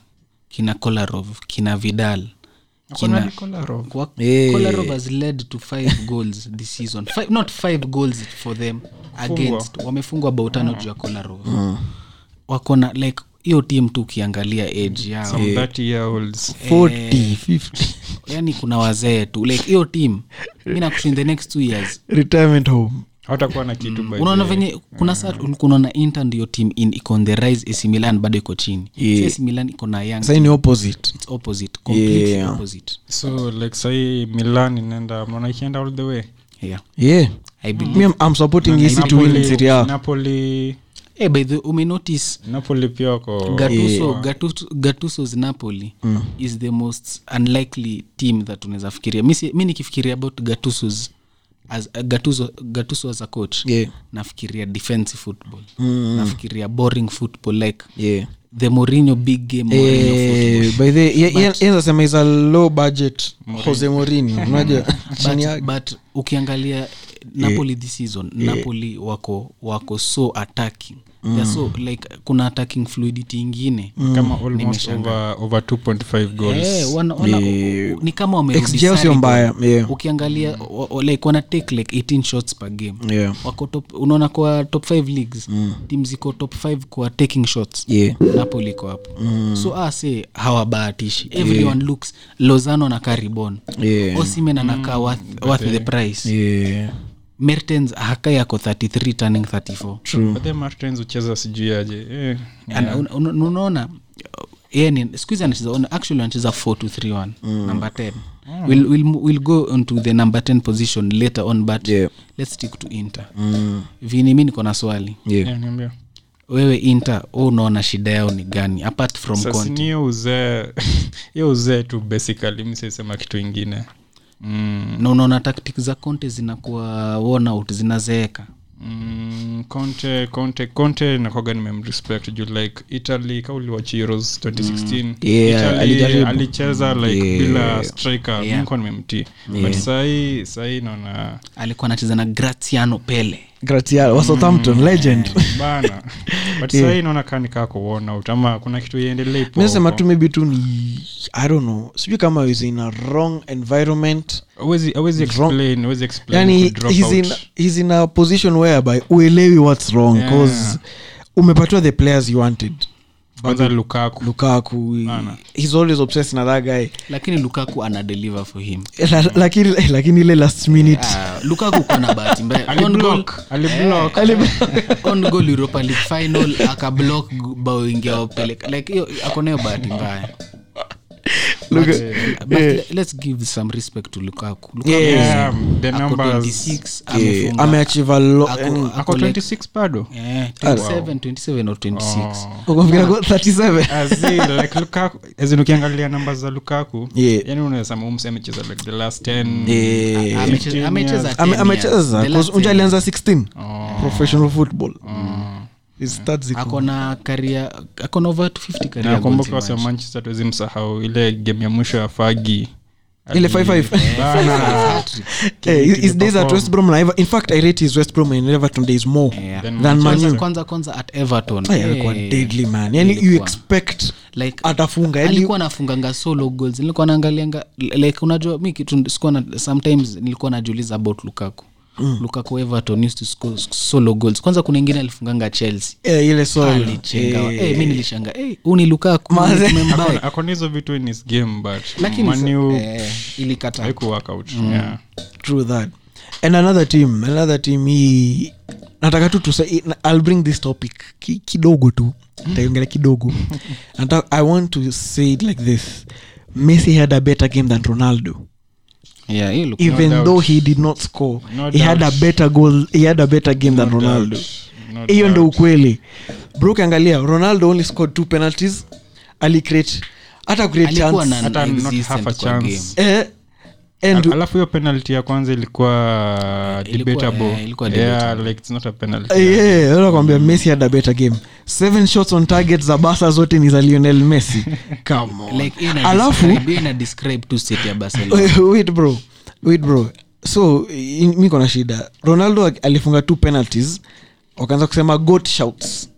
S2: kina kolarov kina vidal
S3: kona nicolarov
S2: Kwa-
S1: Eh.
S2: Kolarov has led to five goals this season five, not five goals for them against wamefungwa about tano juu ya Kolarov wako na like hiyo team tu ukiangalia age yao
S3: some 30 year olds
S1: 40 50
S2: yani Yaani kuna wazee tu like hiyo team mi nakushin the next two years
S1: retirement home
S3: hawatakuwa na kitu by
S2: Mm. unaona
S3: the-
S2: venye kuna saa ulikuwa unaona inter ndiyo team in iko on the rise AC Milan bado iko chini yeah. AC Milan iko na young
S1: sai ni opposite
S2: it's opposite completely
S1: Yeah.
S2: opposite
S3: so like sahii milan inaenda mnaona ikienda all the way
S2: yeah
S1: yeah
S2: I believe
S1: mi am- I'm supporting ec to win in
S3: napoli,
S1: Serie A.
S3: napoli
S2: eh by the umenotice
S3: napoli pia wako
S2: gatuso Gattuso- gatuso's napoli mm. is the most unlikely team that unaweza fikiria mi, si- mi nikifikiria about gatusos as, uh, gatuso, gatuso as a coach
S1: Yeah.
S2: nafikiria defensive football mm. nafikiria boring football like
S1: Yeah.
S2: the morino big game Mourinho football.
S1: Eh, by the yazasema is a low budget jose morinio unajua chini
S2: but,
S1: yake
S2: but ukiangalia napoli this season
S1: Eh,
S2: napoli wako wako so attacking mm. so like kuna attacking fluidity ingine
S1: Mm.
S3: kama almost over, over 2.5 goals
S2: Eh, wana- wana- u- u- ni kama wamerudi
S1: XG yao sio
S2: sare
S1: mbaya,
S2: goal.
S1: yeah. Mm.
S2: ukiangalia wa- wa- like wana take like 18 shots per game
S1: Yeah.
S2: wako top, unaona kwa top 5 leagues mm. tim ziko top 5 kwa taking shots
S1: Yeah.
S2: napoli iko hapo mm. so ase hawabahatishi everyone looks lozano na caribon
S1: Yeah.
S2: osimen anakaa worth, worth the price
S1: Yeah.
S2: mertens hakai ako 33 turning 34
S1: True.
S3: but then martins ucheza sijui aje eh,
S2: Ana- una- una- unaona eh, yeye ni squeeze anacheza on- actually anacheza 4 to 3 1 number 10 we'll, we'll, mo- we'll go on to the number 10 position later on but
S1: Yeah.
S2: let's stick to inter Mm. vini mi niko na swali
S1: Yeah.
S3: eh, niambia.
S2: wewe inter u unaona shida yao ni gani apart from
S3: Sasa
S2: Conte.
S3: ni hiyo uzee hiyo uzee tu basically msisema kitu ingine mm,
S2: na unaona tactic za conte zinakuwa worn out zinazeeka
S3: mm, conte conte conte nakoga nimemrespect juu like italy ka uliwatch euros 2016
S1: Mm. Yeah,
S3: Italy
S1: alijaribu.
S3: alicheza like
S1: Yeah.
S3: bila striker
S2: Yeah.
S3: yeah. mko nimemtii but sahii sahii naona
S2: alikuwa anacheza na graziano pele
S1: Gratial, wa Southampton, legend
S3: bana but yeah. sahii naona kaa nikaa kuona out ama kuna kitu iendelee ipo
S1: minasema
S3: huko.
S1: tu maybe tu ni i don't know sijui kama is in a wrong environment
S3: Hawezi- hawezi
S1: Drop-
S3: explain, hawezi explain
S1: yani
S3: kudrop
S1: he's in,
S3: out.
S1: he's in a position whereby uelewi what's wrong
S3: Yeah.
S1: cause umepatiwa the players you wanted
S3: kwanza lukaku
S1: lukaku
S3: Bana.
S1: he's always obsessed na that guy
S2: lakini lukaku anadeliver for him
S1: La- lakini lakini ile last minute
S2: uh, lukaku kona bahati mbaya On goal-
S3: aliblock aliblock
S2: on goal europa league final akablock bao ingia wapeleka like hiyo akonayo bahati mbaya
S1: Look
S2: But-
S1: at-
S2: but
S1: yeah.
S2: le- let's give some respect to lukaku Lukaku
S1: Yeah.
S3: Yeah, the
S2: ako
S3: numbers
S2: 26,
S1: Yeah,
S2: amefunga.
S1: eh, ameachieve a lo- eh,
S2: Ako-
S1: and-
S3: ako
S2: ako like-
S3: 26 bado
S1: Ah.
S2: Eh, 27, 27 or 26
S3: Oh.
S1: ukafikiria kwa 37
S3: As in, like lukaku as in ukiangalia namba za lukaku
S1: Yeah.
S3: yani unawezasema umse amecheza like the last 10
S1: Eh,
S2: Amecheza-
S3: 15 years.
S2: amecheza 10
S1: ame-
S2: years.
S1: amecheza
S2: The last
S1: unja
S2: 10
S1: alianza 16
S3: Oh.
S1: professional football
S2: Oh.
S1: He starts it.
S2: akona karia akona over 250 karia
S3: nakumbuka wasa manchester tuwezi msahau ile game ya mwisho ya fagi
S1: Ile 5-5. Eh, his- his days at
S3: perform.
S1: west brom na Ever- in fact i rate his west brom and everton days more
S3: Then
S1: than Man U.
S2: kwanza kwanza at everton
S1: Ay, alikuwa
S2: Eh,
S1: deadly man yani you
S2: Alikuwa.
S1: expect
S2: like
S1: atafunga yani
S2: alikuwa anafunganga solo goals nilikuwa naangalianga like unajua mi kitu sikuwa na, sometimes nilikuwa najiuliza about lukaku mm. lukaku everton used to score solo goals kwanza kuna ingine alifunganga chelsea
S1: eh, ile soil.
S2: alichenga
S1: Eh,
S2: eh, mi nilishanga eh, huu ni lukaku
S1: Maze.
S2: tumembai
S3: akona hizo vitu in his game but
S2: lakini sa-
S3: manu
S2: eh, ilikata
S3: haiku work out
S1: Mm.
S3: yeah.
S1: true that and another team another team hii nataka tu tusa i'll bring this topic ki, kidogo tu taiongelea kidogo Nata, i want to say it like this messi had a better game than ronaldo
S2: yeah, hii ilikuwa-
S1: even
S3: doubt.
S1: though he did not score
S3: No
S1: he had a
S3: doubt.
S1: better goal he had a better game than
S3: No
S1: ronaldo
S3: doubt. No
S1: hiyo ndo
S3: doubt.
S1: ukweli bro ukiangalia ronaldo only scored two penalties alicreate hata create
S2: alikuwa
S1: chance
S2: na
S3: Hata not
S2: non-existent
S3: half a
S2: kwa
S3: chance.
S2: game.
S1: eh, and
S3: Al- alafu hiyo penalty ya kwanza ilikuwa
S2: Ilikuwa-
S3: debatable.
S2: eh, ilikuwa
S3: yeah, like it's not a penalty
S1: Eh, Yeah, nakwambia messi had a better game seven shots on target za basa zote ni za lionel messi Come on.
S2: Like, hiyo ina
S1: Alafu-
S2: describe- hiyo ina describe tu state ya barcelona
S1: wait bro wait bro so i- mi kona shida ronaldo ak- alifunga two penalties wakaanza kusema goat shouts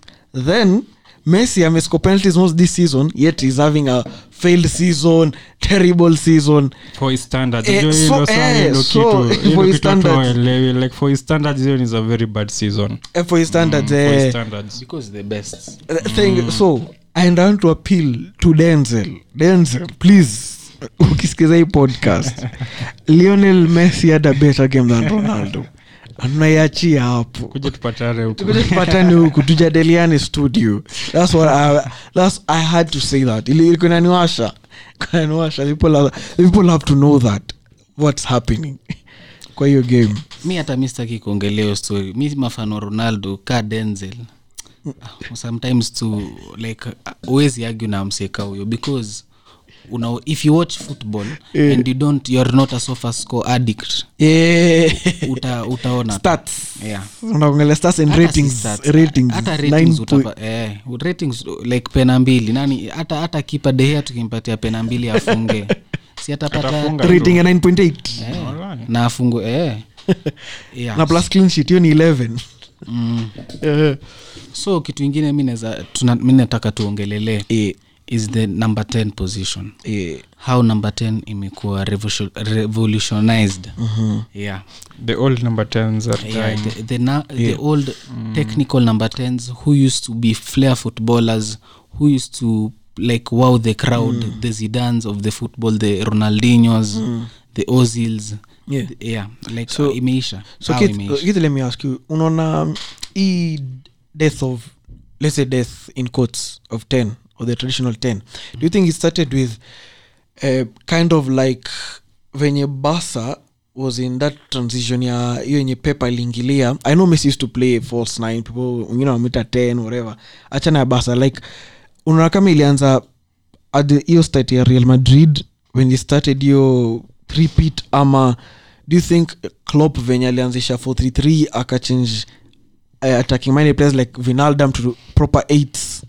S1: then messi amesco penalties most this season yet is having a failed season terrible season
S3: for his standards
S1: Eh,
S3: Unajua hiyo
S1: so-
S3: ndo sana
S1: eh,
S3: ndo
S1: so,
S3: kitu- hiyo
S1: for
S3: ndo
S1: his
S3: kitu watu
S1: standards.
S3: hawaelewi. like for his standards hiyo is a very bad season
S1: eh, for his standards
S2: Mm,
S3: for his
S2: E
S1: eh,
S3: standards
S2: because the best
S1: the thing Uh,
S2: Mm.
S1: so and i want to appeal to denzel denzel please ukisikiza hii podcast lionel messi had a better game than ronaldo anaiachia hapo
S3: kuja tupatane huko
S1: Tukuje tupatane huku tujadiliane studio thats what I, that's, i had to say that Ili- ilikuwa inaniwasha kunaniwasha people, are- people have to know that what's happening kwa hiyo game
S2: mi hata mi sitaki kuongelea hiyo story mi mafano ronaldo ka denzel Ah, sometimes to like uh, huwezi argue na mseka huyo because una, if you watch football
S1: Eh.
S2: yeah. and you don't you're not a sofa score addict
S1: yeah.
S2: uta, utaona tu.
S1: stats
S2: yeah
S1: unaongelea stats and
S2: Hata si
S1: ratings
S2: stats.
S1: ratings
S2: Hata
S1: nine
S2: ratings
S1: point-
S2: utapa- eh, ratings like pena mbili nani hata hata kipa dehea tukimpatia pena mbili afunge si atapata
S3: Atafunga tu.
S1: rating ya 9.8
S2: eh,
S3: Alright.
S2: na afungue eh. yeah.
S1: na plus clean sheet hiyo ni 11
S2: mm.
S1: Eh,
S2: so kitu ingine mi naeza- tuna- mi nataka tuongelelee
S1: eh,
S2: is the number 10 position
S1: eh,
S2: how number 10 imekuwa revolution- revolutionized
S1: Mhm.
S2: yeah.
S3: the old number 10s are
S2: Yeah,
S3: dying
S2: the, the, na- the old technical number 10s who used to be flair footballers who used to like wow the crowd
S1: Mm.
S2: the zidans of the football the ronaldinos the ozils
S1: Yeah.
S2: th- yeah like
S1: So-
S2: uh, imeisha
S1: so
S2: How
S1: Keith,
S2: imeisha.
S1: uh, Keith, let me ask you unaona mm, hii death of let's say death in courts of 10 or the traditional 10 do you think it started with uh, kind of like venye basa was in that transition ya hiyo yenye pepa iliingilia i know messi used to play false 9 people wengine wamita 10 whatever achana ya basa like unaona kama ilianza at the- hiyo stat ya real madrid when they started hiyo repeat ama do you think clop venye alianzisha 433 akachange uh, attacking minded players like vinaldam to proper eights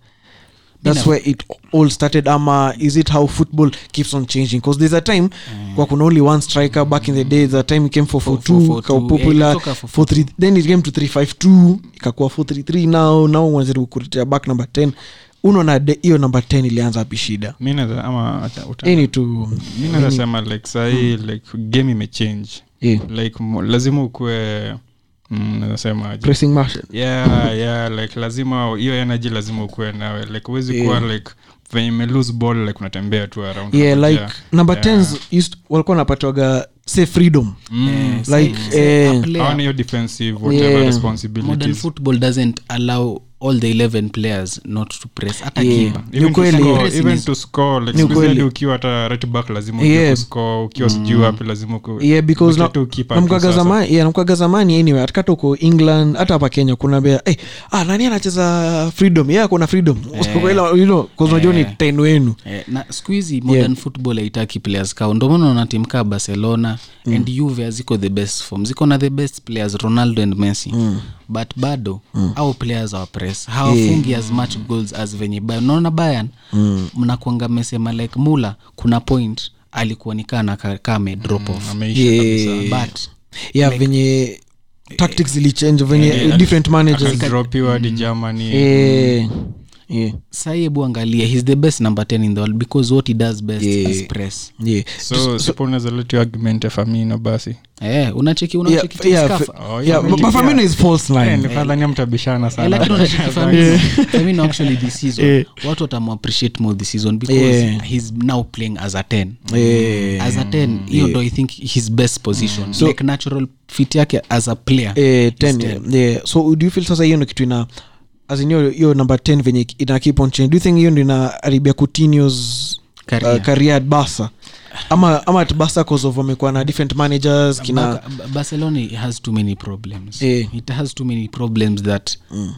S1: that's
S2: Mina-
S1: where it all started ama is it how football keeps on changing because there's a time kwa kuna only one striker back in the day there's a time it came for
S2: Four-
S1: 442
S2: four- four-
S1: ikawa
S2: two. Yeah,
S1: popular
S2: ilitoka four-
S1: 4-3 then it came to 352 ikakuwa 433 now now wanajaribu kuletea back number 10 unaona de- hiyo number 10 ilianza hapi shida
S3: mi naeza ama acha- uta-
S1: ini tu
S3: mi naeza sema like sahii like game imechange
S1: Hmm. yeah.
S3: like mo- lazima ukuwe mm, nasemaje
S1: pressing motion
S3: yeah yeah like lazima hiyo energy lazima ukuwe nawe like huwezi kuwa like venye imelose ball like unatembea tu around
S1: yeah
S3: unangojea.
S1: like number
S3: Yeah.
S1: 10s used walikuwa wanapatiwaga say freedom
S3: Mm.
S1: like
S2: A
S1: eh,
S3: Hawana
S2: player,
S3: hiyo defensive whatever
S1: Yeah.
S2: modern
S3: responsibilities
S2: football doesn't allow all the 11 players not to press hata
S1: Yeah.
S2: kipa
S1: Ni ukweli.
S2: Pressing is-
S1: Ni ukweli.
S3: toscoeventoskohadi ukiwa hata right back lazima
S1: Yeah. Mm.
S3: uko ukiwa sijuu wapi lazima uko-
S1: yeah because na-
S3: ukitu ukipa
S1: namkwaga
S3: tu sasa.
S1: zamani yeah, namkwaga zamani anyway hata kata uko england hata hapa kenya kuna bea hey, ah, nani anacheza freedom yeah kuna freedom Ila, you know, 'cause unajua ni ten wenu
S2: Eh, na siku hizi modern football haitaki players kao ndomaana unatimkaa barcelona mm. and uve ziko the best form ziko na the best players ronaldo and messi mm. but bado mm. au players our press hawafungi yeah. as much goals as venye bayan unaona bayan mm. mnakuanga mesema like mula kuna point alikuwa nikaa na kame drop off
S3: Ameisha kabisa.
S1: yeah,
S2: but
S1: yeah venye eh, tactics zilichange venye eh, different managers Eh,
S3: Akadropiwa hadi Germany.
S1: Mm. yeah. Yeah.
S2: sai hebu angalia he's the best number 10 in the world because what he does best
S1: Yeah.
S2: is press
S1: Yeah.
S3: so sipo unaweza leta hiyo argument ya Firmino basi
S2: eh, unacheki
S1: Yeah,
S2: unacheki
S1: yeah,
S2: Scarpa.
S1: fa-
S3: Oh,
S1: yeah,
S3: Firmino,
S1: but Firmino is false
S3: Eh,
S1: nine.
S3: ni fadhani mtabishana
S2: Eh,
S3: sana
S1: Uh-huh.
S2: lakini unacheki Firmino- Firmino actually this season, watu watamappreciate more this season because
S1: Yeah.
S2: he's now playing as a 10
S1: Yeah.
S2: as a 10 hiyo ndo i think his best position like natural fit yake as a player
S1: Eh, 10, yeah. Yeah. so do you feel sasa hiyo ndo kitu ina as in hiyo- hiyo number 10 venye ina keep on change do you think hiyo ndo inaharibia Coutinho's
S2: Career.
S1: uh, career at barsa ama ama at barsa cause of wamekuwa na different managers kina
S2: Ba- Ba- barcelona has too many problems
S1: Eh. Mm.
S2: it has too many problems that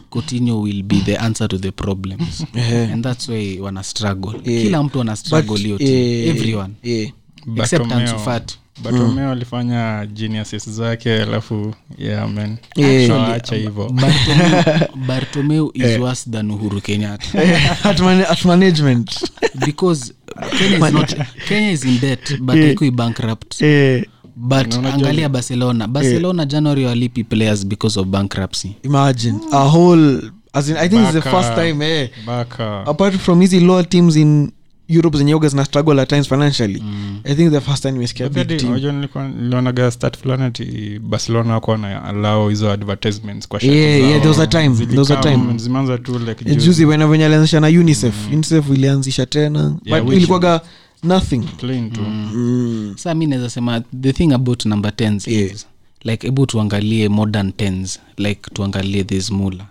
S2: Coutinho will be the answer to the problems and that's why wana struggle kila mtu ana struggle hiyo team.
S1: eh,
S2: everyone
S1: eh,
S2: except
S3: Bartomeu.
S2: Ansu Fati.
S1: Mm.
S3: batomeo alifanya geniuses zake alafu yeah, man.
S1: Yeah.
S3: Waacha hivyo
S2: Bartomeu- bartomeu is
S1: Eh.
S2: worse than uhuru kenyatta
S1: at, man- at management
S2: because kenya is, not, kenya is in debt but
S1: Eh.
S2: yeah. bankrupt but angalia barcelona barcelona
S1: Eh.
S2: january walipi players because of bankruptcy
S1: imagine a whole as in, i think it's the first time eh,
S3: Baka.
S1: apart from hizi lower teams in europe zenye uga zina struggle at times financially i think the first time imesikia big
S3: Hadi,
S1: team
S3: unajua nilikuwa- nilionaga stat fulani ati barcelona wakuwa na allow hizo advertisements kwa shati
S1: Yeah,
S3: zao.
S1: yeah, there was a time,
S3: Zilikaa,
S1: there was a time.
S3: zimeanza tu like
S1: Eh,
S3: juzi.
S1: juzi wena venye alianzisha na unicef unicef ilianzisha tena
S3: Yeah,
S1: but
S3: which-
S1: ilikuwaga nothing
S3: Plain tu
S1: Mm, Hmm.
S2: sa mi naweza sema the thing about number 10s
S1: Yeah.
S2: is, like hebu tuangalie modern 10s like tuangalie this mula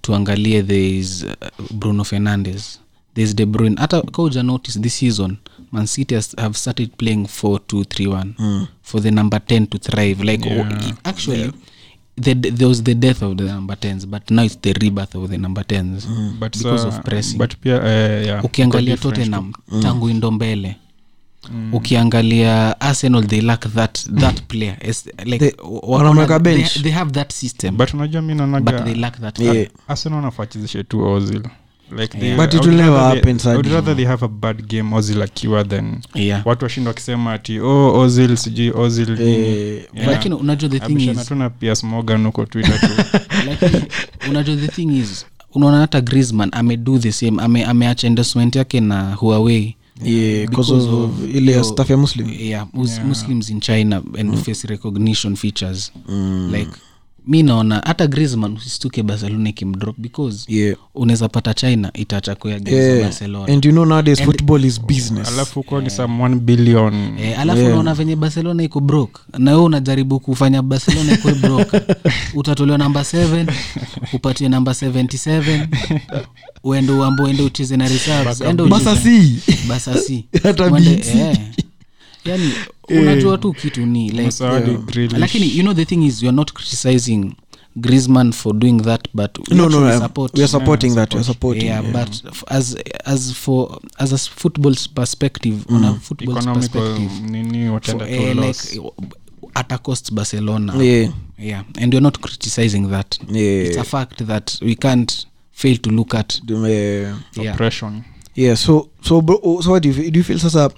S2: tuangalie thereis uh, bruno fernandes thereis de bruin hata kauja notice this season mancity has, have started playing 4231 for the number 10 to thrive like Mm. yeah. actually The, there was the death of the number 10s but now it's the rebirth of the number 10s
S3: but
S2: because
S3: sa-
S2: of pressing
S3: but pia eh, yeah,
S2: ukiangalia
S3: iko different
S2: tottenham tangu indo mbele Mm. ukiangalia arsenal they lack that that player It's like
S1: They-
S2: wa-
S1: wanamweka
S2: wana-
S1: bench.
S2: they, they have that system
S3: tu. but unajua mi
S2: but they
S3: naonaga
S2: lack that
S1: Yeah.
S3: arsenal nafachizishe tu ozil like they,
S1: But
S3: I
S1: it
S3: would
S1: will never
S3: rather
S1: happen,
S3: they, I would
S1: Sadi.
S3: rather they have a bad game ozil akiwa than
S2: yeah.
S3: watu washinda wakisema ati oh ozil sijui ozil
S1: Eh,
S3: nini." Yeah.
S2: lakini unajua the thing
S3: Abishana
S2: is
S3: tu na Piers Morgan huko Twitter tu.
S2: lakini unajua the thing is unaona hata grisman amedo the same ame- ameacha endosment yake na huawei
S1: yeah, because of, ile ya staff ya muslim
S2: yeah, mus- muslims in china and
S1: Mm.
S2: face recognition features like mi naona hata grisman usistuke barcelona ikimdrop because
S1: yeah.
S2: unaweza pata china itaacha kuyagiza
S1: Yeah.
S2: barcelona
S1: and you know nowadays football is business
S3: alafu huko ni some 1 billion
S2: Eh, alafu unaona venye barcelona iko brok na wewe unajaribu kufanya barcelona ikuwe brok utatolewa namba 7 upatiwe namba 77 uende uambo uende ucheze na reserves, ende
S1: basa
S2: ucheze-
S1: si
S2: basa si
S1: Hata
S2: Uende-
S1: BT.
S2: eh. yani unajua tu kitu ni like,
S3: Msaadi, Grealish.
S2: lakini you know the thing is you're not criticizing Griezmann for doing that but we
S1: no no
S2: actually
S1: no
S2: support
S1: we are supporting that we are supporting
S2: yeah,
S1: yeah.
S2: but f- as as for as a s- football's perspective on
S1: Mm.
S2: a football's
S3: economical
S2: perspective
S3: nini
S2: for,
S3: wataenda tu
S2: eh,
S3: loss.
S2: like eh, at a cost barcelona
S1: Yeah.
S2: yeah and we're not criticizing that
S1: Yeah.
S2: it's a fact that we can't fail to look at
S1: Dume-
S2: yeah.
S3: Oppression.
S1: yeah so so bro, oh, so what do you, do you feel sasa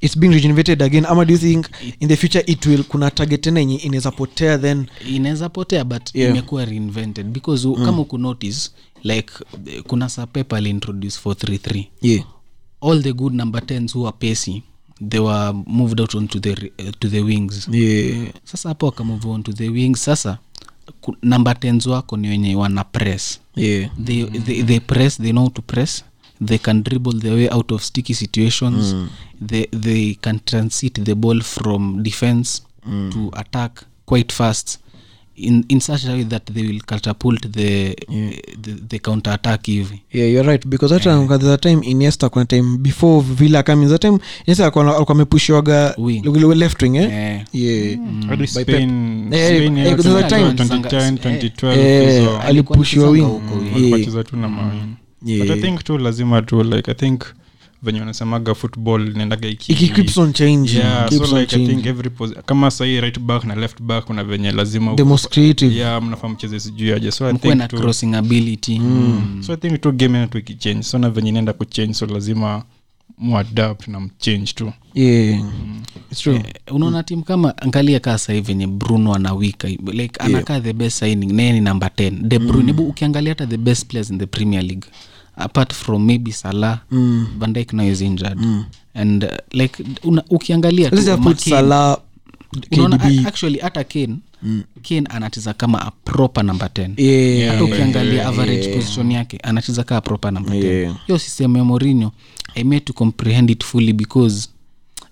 S1: it's being regenerated again ama do you think in the future it will kuna target tena yenye inaweza potea then
S2: inaweza potea but
S1: Yeah.
S2: yeah. imekuwa reinvented because mm. kama ukunotice like eh, kuna sapepa aliintroduce for 33
S1: yeah
S2: all the good number 10s who are pacey they were moved out onto the, re- eh, to the wings
S1: yeah
S2: sasa hapo wakamove on to the wings sasa ku- namba tens wako ni wenye wana press
S1: yeah.
S2: they, they, they press they know how to press they can dribble their way out of sticky situations mm. they, they can transit the ball from defense mm. to attack quite fast in, in such a way that they will catapult the, yeah. the, the counter attack hivi
S1: Yeah, you're right because hata yeah. that time iniesta kuna time before villa coming that time iniesta alikuwa na- alikuwa amepushiwaga
S2: Wing.
S1: li- li- left wing eh?
S2: Eh.
S1: yeah.
S3: Hadi Spain-
S1: Eh,
S3: Spain
S1: eh,
S3: year
S1: because of the time.
S3: 2010, 2012
S1: Eh,
S3: hizo.
S1: alipushiwa
S2: alisonga
S1: wing
S2: huko,
S1: Yeah.
S3: walipacheza tu na mawin but i
S1: Yeah.
S3: think tu lazima tu like i think venye wanasemaga football inaendaga iki-
S1: Iki keeps on changing,
S3: Yeah,
S1: keeps
S3: so
S1: on
S3: like I think
S1: changing.
S3: every posi- kama sahii right back na left back kuna venye lazima
S1: the most creative
S3: yeah mnafaa mcheze sijui aje so i
S2: mkuwe na
S3: think tu,
S2: crossing ability mm.
S3: so i think tu game ina tu ikichange so na venye inaenda kuchange so lazima muadapt na mchange tu
S1: yeah.
S3: Mm.
S1: It's true. Mm.
S2: Eh, unaona timu kama angalia kaa sahii venye bruno anawika hivi, like anakaa the best signing naye ni number 10 de bruyne
S1: Mm.
S2: hebu ukiangalia hata the best players in the premier league apart from maybe salah mm. van dijk now is injured mm. and uh, like una, ukiangalia tu
S1: Let's just
S2: ma-
S1: put
S2: Kane,
S1: Salah,
S2: unaona,
S1: KDB.
S2: a- actually hata kane mm. kane anacheza kama a proper number 10
S1: Yeah.
S2: hata ukiangalia average position yake anacheza kaa proper number 10
S1: Yeah.
S2: hiyo system ya Mourinho i made to comprehend it fully because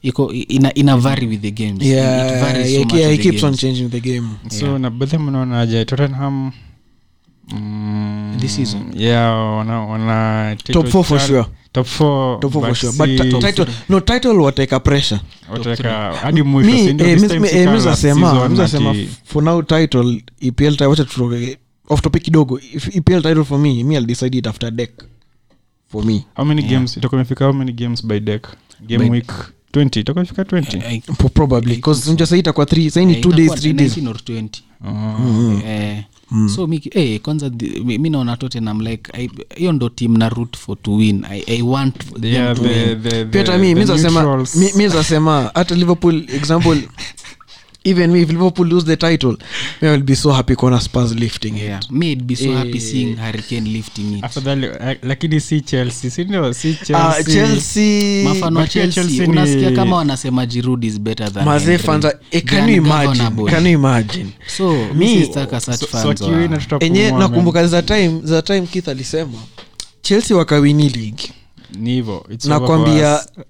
S2: iko ina, ina vary with the games
S1: Yeah,
S2: it varies so
S1: yeah,
S2: much
S1: yeah, he
S2: with the
S1: keeps on
S2: games.
S1: changing the game
S3: so na bedhe mnaonaje tottenham mm,
S2: This season?
S3: yeah wana, wana
S1: Top four for sure.
S3: top four
S1: Top four for
S3: but
S1: sure.
S3: si-
S1: But ti- title- no title wateka pressure eh,
S3: wataka hadi mwisho si ndio? This time si kama last season
S1: mizasema
S3: ati-
S1: for now title epl ti- wacha tutoke off topic kidogo If epl title for me me i'll decide it after deck for me
S3: how many games itakuwa imefika how many games by deck game
S2: By-
S3: week 20 itakuwa imefika 20
S2: Eh,
S1: Po- probably because unja sahii itakuwa three sahii ni
S2: eh,
S1: two days
S2: itakuwa
S1: three days
S2: 19 or 20.
S3: Uh-huh.
S1: Mm.
S2: Eh, so miki eh, kwanza the- mi mi naona tottenham like I- hiyo ndo team na root for to win i, I want them
S3: Yeah,
S1: Mm.
S2: to
S3: the-
S2: win.
S3: the- the-
S1: pia
S3: the
S1: tami
S3: neutrals.
S1: mizasema hata liverpool example even me if liverpool lose the title me i'll be so happy kuona spurs lifting it.
S2: Yeah. me I'd be so happy
S1: Eh.
S2: seeing hurricane lifting it
S3: afadhali eh, lakini si chelsea sindio si
S1: Ah,
S3: chelsea
S1: chelsea
S2: mafano wa
S3: But pia
S2: chelsea,
S3: Chelsea ni-
S2: unasikia kama wanasema jirud is better than
S1: mazee
S2: Henry.
S1: fanza eh, can
S2: Than
S1: you imagine
S2: governable.
S1: can you imagine
S2: so
S1: Mi-
S2: mi sitaka such
S3: So- so
S2: fans wa- Eh,
S3: akiwina tutapumua,
S1: enye
S3: man.
S1: nakumbuka za time za time kith alisema chelsea wakawini league
S3: ni hivo it's over for
S1: nakwambia uh,
S3: us.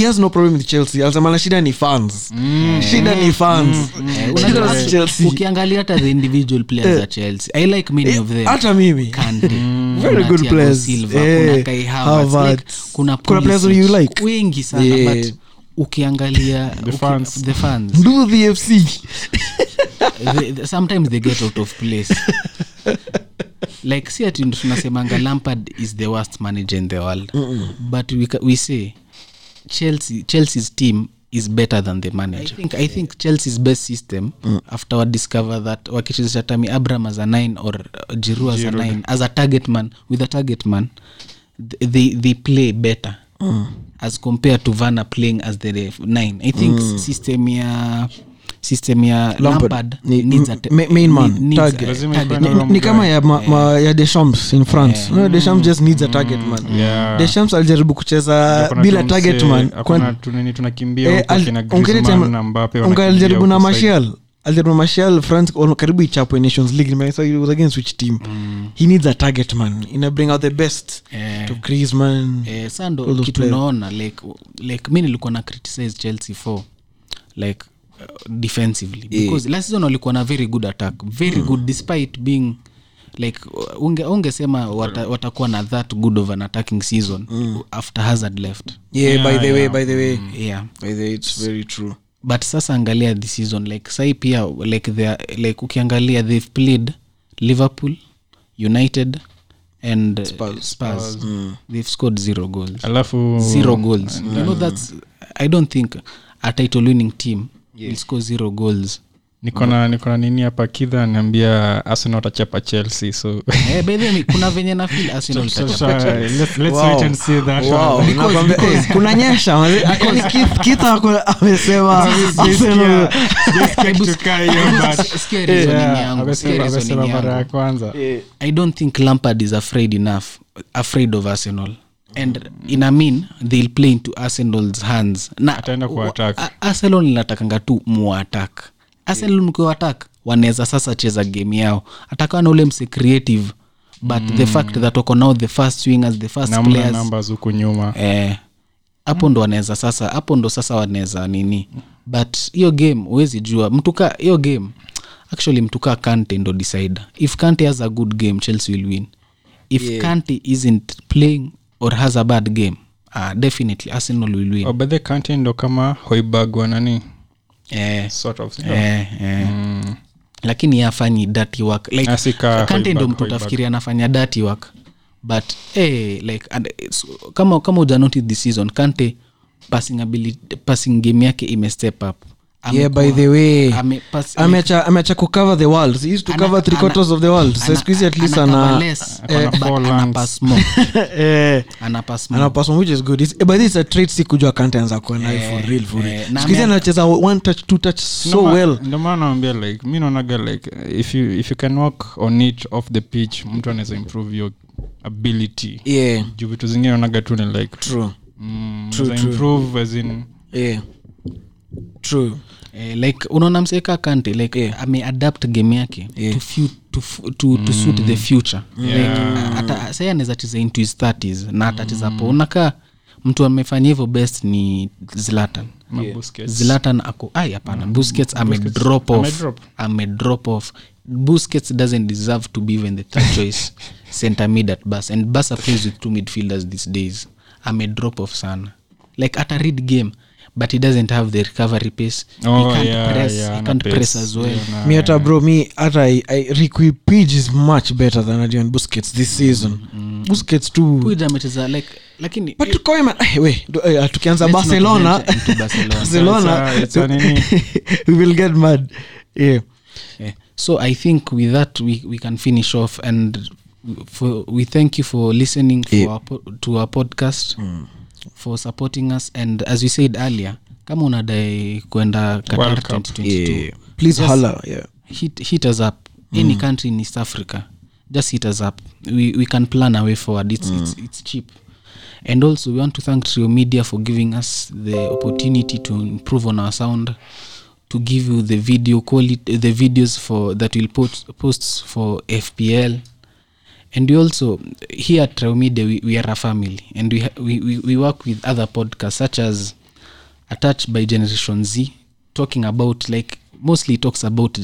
S1: he has no problem with chelsea alisema na shida ni fans mm. shida ni fans
S2: Eh,
S1: Shida
S2: unajua
S1: si
S2: hata-
S1: Chelsea. Eh.
S2: ukiangalia hata the individual players za chelsea i like many of them
S1: hata mimi
S2: Kante,
S3: Mm.
S1: Very
S2: kuna
S1: good
S2: Thiago
S1: players.
S2: Silva,
S1: Eh,
S2: kuna Kai Havertz,
S1: Havertz.
S2: like, kuna
S1: Kuna players
S2: Pulisic,
S1: you like? Eh.
S2: wengi sana
S1: Yeah.
S2: but ukiangalia
S3: The
S2: uki-
S3: fans.
S2: the fans
S1: do the fc
S2: they, they- sometimes they get out of place like si ati tunasemanga lampard is the worst manager in the world but we, ca- we say chelsea chelsea's team is better than the manager i think, I think chelsea's best system
S1: Mm.
S2: after what discover that wakichezesha tami abram as a nine or jiru as a nine as a target man with a target man th- they, they play better
S1: Mm.
S2: as compared to vana playing as the nine i think system ya system ya
S1: Mm. Lampard
S2: Lampard
S1: ni-
S2: needs a te-
S1: ma- main man,
S2: need- needs
S1: target.
S2: a-
S3: Lazima
S2: target.
S3: ifanye
S1: Ni- ni kama ya, ma, ma, ya deschamps in france
S2: Yeah.
S1: no, deschamps just needs a target man
S3: Mm. Yeah.
S1: deschamps alijaribu kucheza
S3: Hakuna
S1: bila
S3: tumse-
S1: target man
S3: hakuna
S1: Kuna-
S3: tunini tunakimbia
S1: Eh,
S3: huko
S1: al-
S3: kina
S1: ungeli
S3: Griezmann
S1: time-
S3: na Mbappe wanakimbia
S1: ungalijaribu
S3: huko
S1: na
S3: side.
S1: mashal alijaribu na mashal france al- karibu ichapwe nations league Remember, so it was against which team
S3: Mm.
S1: he needs a target man ina bring out the best
S2: Eh.
S1: to Griezmann.
S2: eh, sa
S1: All
S2: ndo
S1: those
S2: kitu
S1: players.
S2: naona like, like mi nilikuwa na criticize chelsea for like uh, defensively because last season walikuwa na very good attack
S1: Mm.
S2: very good despite being like uh, unge, ungesema wata, watakuwa na that good of an attacking season
S1: Mm.
S2: after hazard left
S1: yeah, by the way by the way
S3: Mm.
S2: yeah
S1: by the way, it's very true
S2: but sasa angalia this season like sai pia like they're- like ukiangalia they've played liverpool united and uh, spurs,
S1: Mm.
S2: they've scored zero goals
S3: alafu
S2: zero goals you know that's i don't think a title winning team will score zero goals
S3: nikona nikona nini hapa kidha anaambia arsenal atachapa chelsea so
S2: eh, by the way, kuna venye na feel arsenal itachapa
S3: Sasa, let's- let's wait and see that
S1: Wow,
S3: one.
S1: nakwambia, eh, kuna nyesha maze- yaani Keith- Keith ako- amesema Arsenal-
S2: Sikia reasoning yangu, sikia
S3: amesema
S2: reasoning
S3: amesema
S2: yangu.
S3: mara ya kwanza
S2: I don't think Lampard is afraid enough, afraid of Arsenal. And
S3: Mm.
S2: in a mean, they'll play into Arsenal's hands. Na
S3: Ataenda kuwa attack.
S2: A- Arsenal linatakanga tu muatak. Arsenal mkiwa attack wanaweza sasa cheza game yao atakawa na ule mse creative but mm. the fact that wako nao the first swingers the first
S3: namna
S2: players
S3: numbers huku nyuma
S2: eh, hapo ndo wanaweza sasa hapo ndo sasa wanaweza nini but hiyo game huwezi jua mtuka hiyo game actually mtuka kante ndo decider if kante has a good game chelsea will win if yeah. kante isn't playing or has a bad game uh, definitely arsenal will win
S3: Oh, by the Kante ndo kama hoibag wanani
S2: eh,
S3: sort of
S2: eh, eh. lakini yeye hafanyi dirty work like
S3: Asika
S2: kante ndo
S3: Hoiberg,
S2: mtu
S3: Hoiberg.
S2: tafikiri anafanya dirty work but eh, like and, it's- kama kama uja notice this season kante passing ability passing game yake ime step up Ame-
S1: yeah, by the way
S2: ame- pass-
S1: ameacha ameacha kucover the world he used to
S2: ana-
S1: cover three
S2: ana-
S1: quarters of the world
S2: ana-
S1: sa squeeze at least
S2: ana cover
S1: ana
S2: less,
S3: Ako na
S2: but
S3: four
S2: ana
S3: lands.
S2: pass more.
S1: eh
S2: Ana pass more.
S1: ana person which is good it's, but it's a trait si kujua kante anza kuwa nayo for real for
S2: eh,
S1: real
S2: na
S1: Siku hizi
S2: ame-
S1: anacheza one touch two touch so well
S3: ndomaa naambia like mi naonaga like if you, if you can work on it off the pitch mtu anaweza improve your ability
S1: yeah
S3: juu vitu zingine naonaga tu ni like
S1: true
S3: mm,
S1: True,
S3: unaweza
S1: true.
S3: improve as in
S1: yeah true
S2: eh, like unaona mseka kante like
S1: Yeah.
S2: ameadapt game yake
S1: Yeah. Mm.
S2: to, few, to, fu- to, to suit the future like,
S3: Yeah.
S2: hata sai anaweza cheza into his 30s na atacheza
S1: Mm.
S2: po unakaa mtu amefanya hivyo best ni zlatan
S3: mabusquets.
S2: zlatan ako ai
S3: Mm.
S2: hapana busquets ame drop off
S3: Amedrop.
S2: ame drop off busquets doesn't deserve to be even the third choice center mid at bas and basa plays with two midfielders these days ame drop off sana like ata read game but he doesn't have the recovery pace
S3: Oh,
S2: he can't
S3: yeah,
S2: press
S3: yeah,
S2: he
S3: ana
S2: can't
S3: pace.
S2: press as well
S3: Yeah, na-
S1: mi hata bro mi hata I- I- Ricky Page is much better than Adrian Busquets this season
S2: Mm.
S1: Busquets too
S2: Puig amecheza like lakini
S1: but Koeman eh, we do- eh, tukianza
S2: Let's not
S1: Barcelona
S2: venture into Barcelona.
S1: Barcelona
S3: It's a- it's a nini?
S1: we will get mad yeah
S2: Yeah. So I think with that we, we can finish off and for, we thank you for listening for
S1: Yeah.
S2: our po- to our podcast for supporting us and as we said earlier kama unadai kwenda Qatar
S3: World Cup.
S2: 2022
S1: please
S2: Yes.
S1: holla yeah
S2: hit, hit us up any country in east africa just hit us up we, we can plan our way forward it's, it's, it's cheap and also we want to thank trio media for giving us the opportunity to improve on our sound to give you the video quality the videos for that we'll post, post for fpl and we also here at trio media we, we are a family and we, ha- we, we, we work with other podcasts such as attached by generation z talking about like mostly it talks about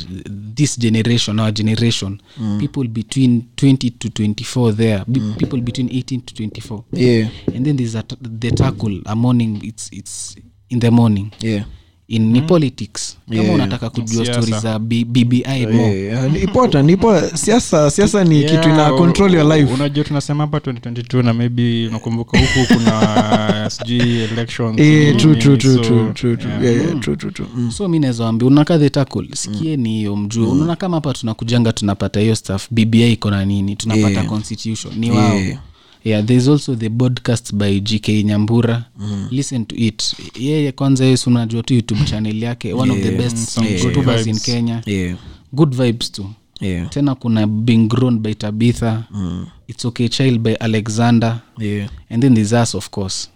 S2: this generation our generation mm. people between 20 to 24 there be- mm. people between 18 to 24
S1: yeah
S2: and then there's a t- the tackle a morning it's it's in the morning
S1: yeah
S2: in mm. ni politics kama
S1: Yeah,
S2: unataka kujua
S3: Siasa.
S2: stori za B- bbi more
S1: Yeah, ni important ni po- siasa siasa ni kitu ina
S2: oh,
S3: u-
S1: control your life
S3: unajua tunasema hapa 2022 na maybe unakumbuka huku kuna sijui elections
S1: Eh,
S3: nini,
S1: true, true,
S3: nini,
S1: true,
S3: so,
S1: true, true, true.
S3: yeah.
S1: Yeah, yeah, true, true, true. Mm.
S2: so mi naweza wambia unakaa the tackle sikieni hiyo mjue unaona kama hapa tunakujanga tunapata hiyo stuff bbi iko na nini tunapata
S1: Yeah.
S2: constitution ni wao
S1: Yeah.
S2: yeah. yeah there's also the podcast by gk nyambura mm. listen to it yeye kwanza yesu unajua tu youtube channel yake one of the best
S3: some good
S2: youtubers in
S3: vibes.
S2: kenya
S1: Yeah,
S2: good vibes tu
S1: yeah,
S2: tena kuna being grown by tabitha mm. it's okay child by alexander
S1: yeah.
S2: and then there's us of course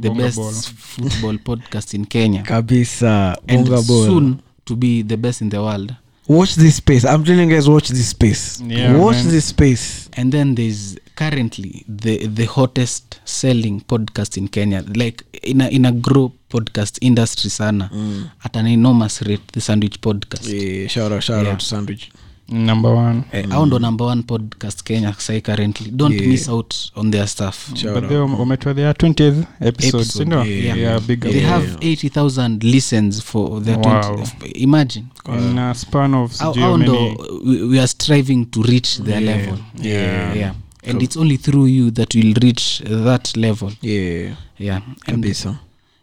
S2: the
S3: Bonga
S2: best
S3: Ball.
S2: football podcast in kenya
S1: kabisa
S2: and
S1: bonga bora.
S2: soon to be the best in the world
S1: watch this space i'm telling you guys watch this space
S3: Yeah,
S1: watch
S3: man.
S1: this space
S2: and then there's currently the the hottest selling podcast in kenya like in a, in a grow podcast industry sana mm. at an enormous rate the sandwich podcast yeah.
S1: yeah, shout out, shout
S2: Yeah.
S1: out to sandwich
S3: number one
S2: mm. au ndo number one podcast kenya sai currently don't yeah. miss out on their stuff
S1: Shout
S3: but
S1: out.
S3: they wame- wametoa their 20th episode
S2: Episode,
S3: sindio
S2: yeah.
S3: yeah big
S2: they
S3: up.
S2: have 80000 listens for their
S3: Wow.
S2: 20, imagine
S1: uh,
S3: in a span of
S2: au,
S3: sijui
S2: au
S3: how
S2: ndo
S3: many-
S2: we, we are striving to reach their yeah. level
S3: Yeah.
S2: yeah and it's only through you that will reach that level
S1: yeah
S2: yeah and
S1: kabisa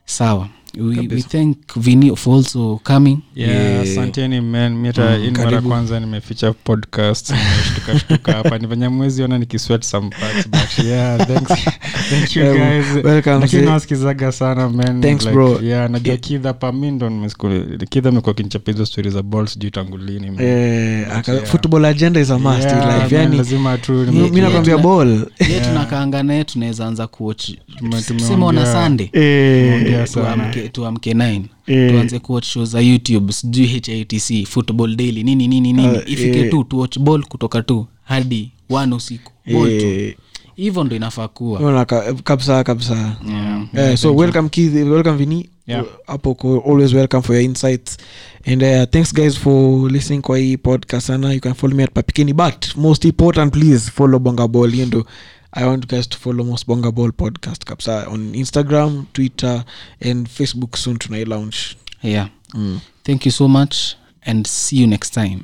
S2: sawa we, we thank vini for also coming
S3: Yeah, asanteni man mi hata
S1: Mm,
S3: hii ni mara kwanza nimeficha podcast nimeshtukashtuka hapa ni venye mwezi ona nikisweat some parts but yeah thanks thank you
S1: Yeah,
S3: guys
S1: welcome,
S3: lakini
S1: see.
S3: nawasikizaga sana man
S1: Thanks, bro.
S3: yeah najua kidha pa mi ndo nimesiku- kidha amekuwa kinichapa hizo stori za ball sijui tangu lini man.
S1: eh, aka-
S3: Yeah.
S1: football agenda is a must in
S3: Mm-hmm. Yeah,
S1: life
S3: man,
S1: yani
S3: lazima tu
S1: mi- mi
S3: nime-
S1: nakwambia ball
S2: ye tunakaanga naye tunaweza anza kuoch
S3: Tume-
S2: sema ona
S3: tumeongea-
S2: sande
S1: Eh,
S3: tumeongea sana.
S2: tuamke tuamke tuamke 9
S1: Eh.
S2: tuanze kuwatch show za youtube sijui hitc football daily nini nini nini
S1: Ah,
S2: ifike
S1: eh.
S2: tu tuwatch ball kutoka tu hadi one usiku ball tu
S1: Eh,
S2: hivyo ndo inafaa kuwa
S1: unaona ka- kabisa kabisa
S2: yeah.
S1: Eh, so welcome Keith, welcome Vini.
S3: Yeah.
S1: hapo ko- always welcome for your insights and uh, thanks guys for listening kwa hii podcast sana you can follow me at papikini but most important please follow bonga ball hiyo ndo i want guys to follow most bonga ball podcast kabisa on instagram twitter and facebook soon tunai launch
S2: yeah. thank you so much and see you next time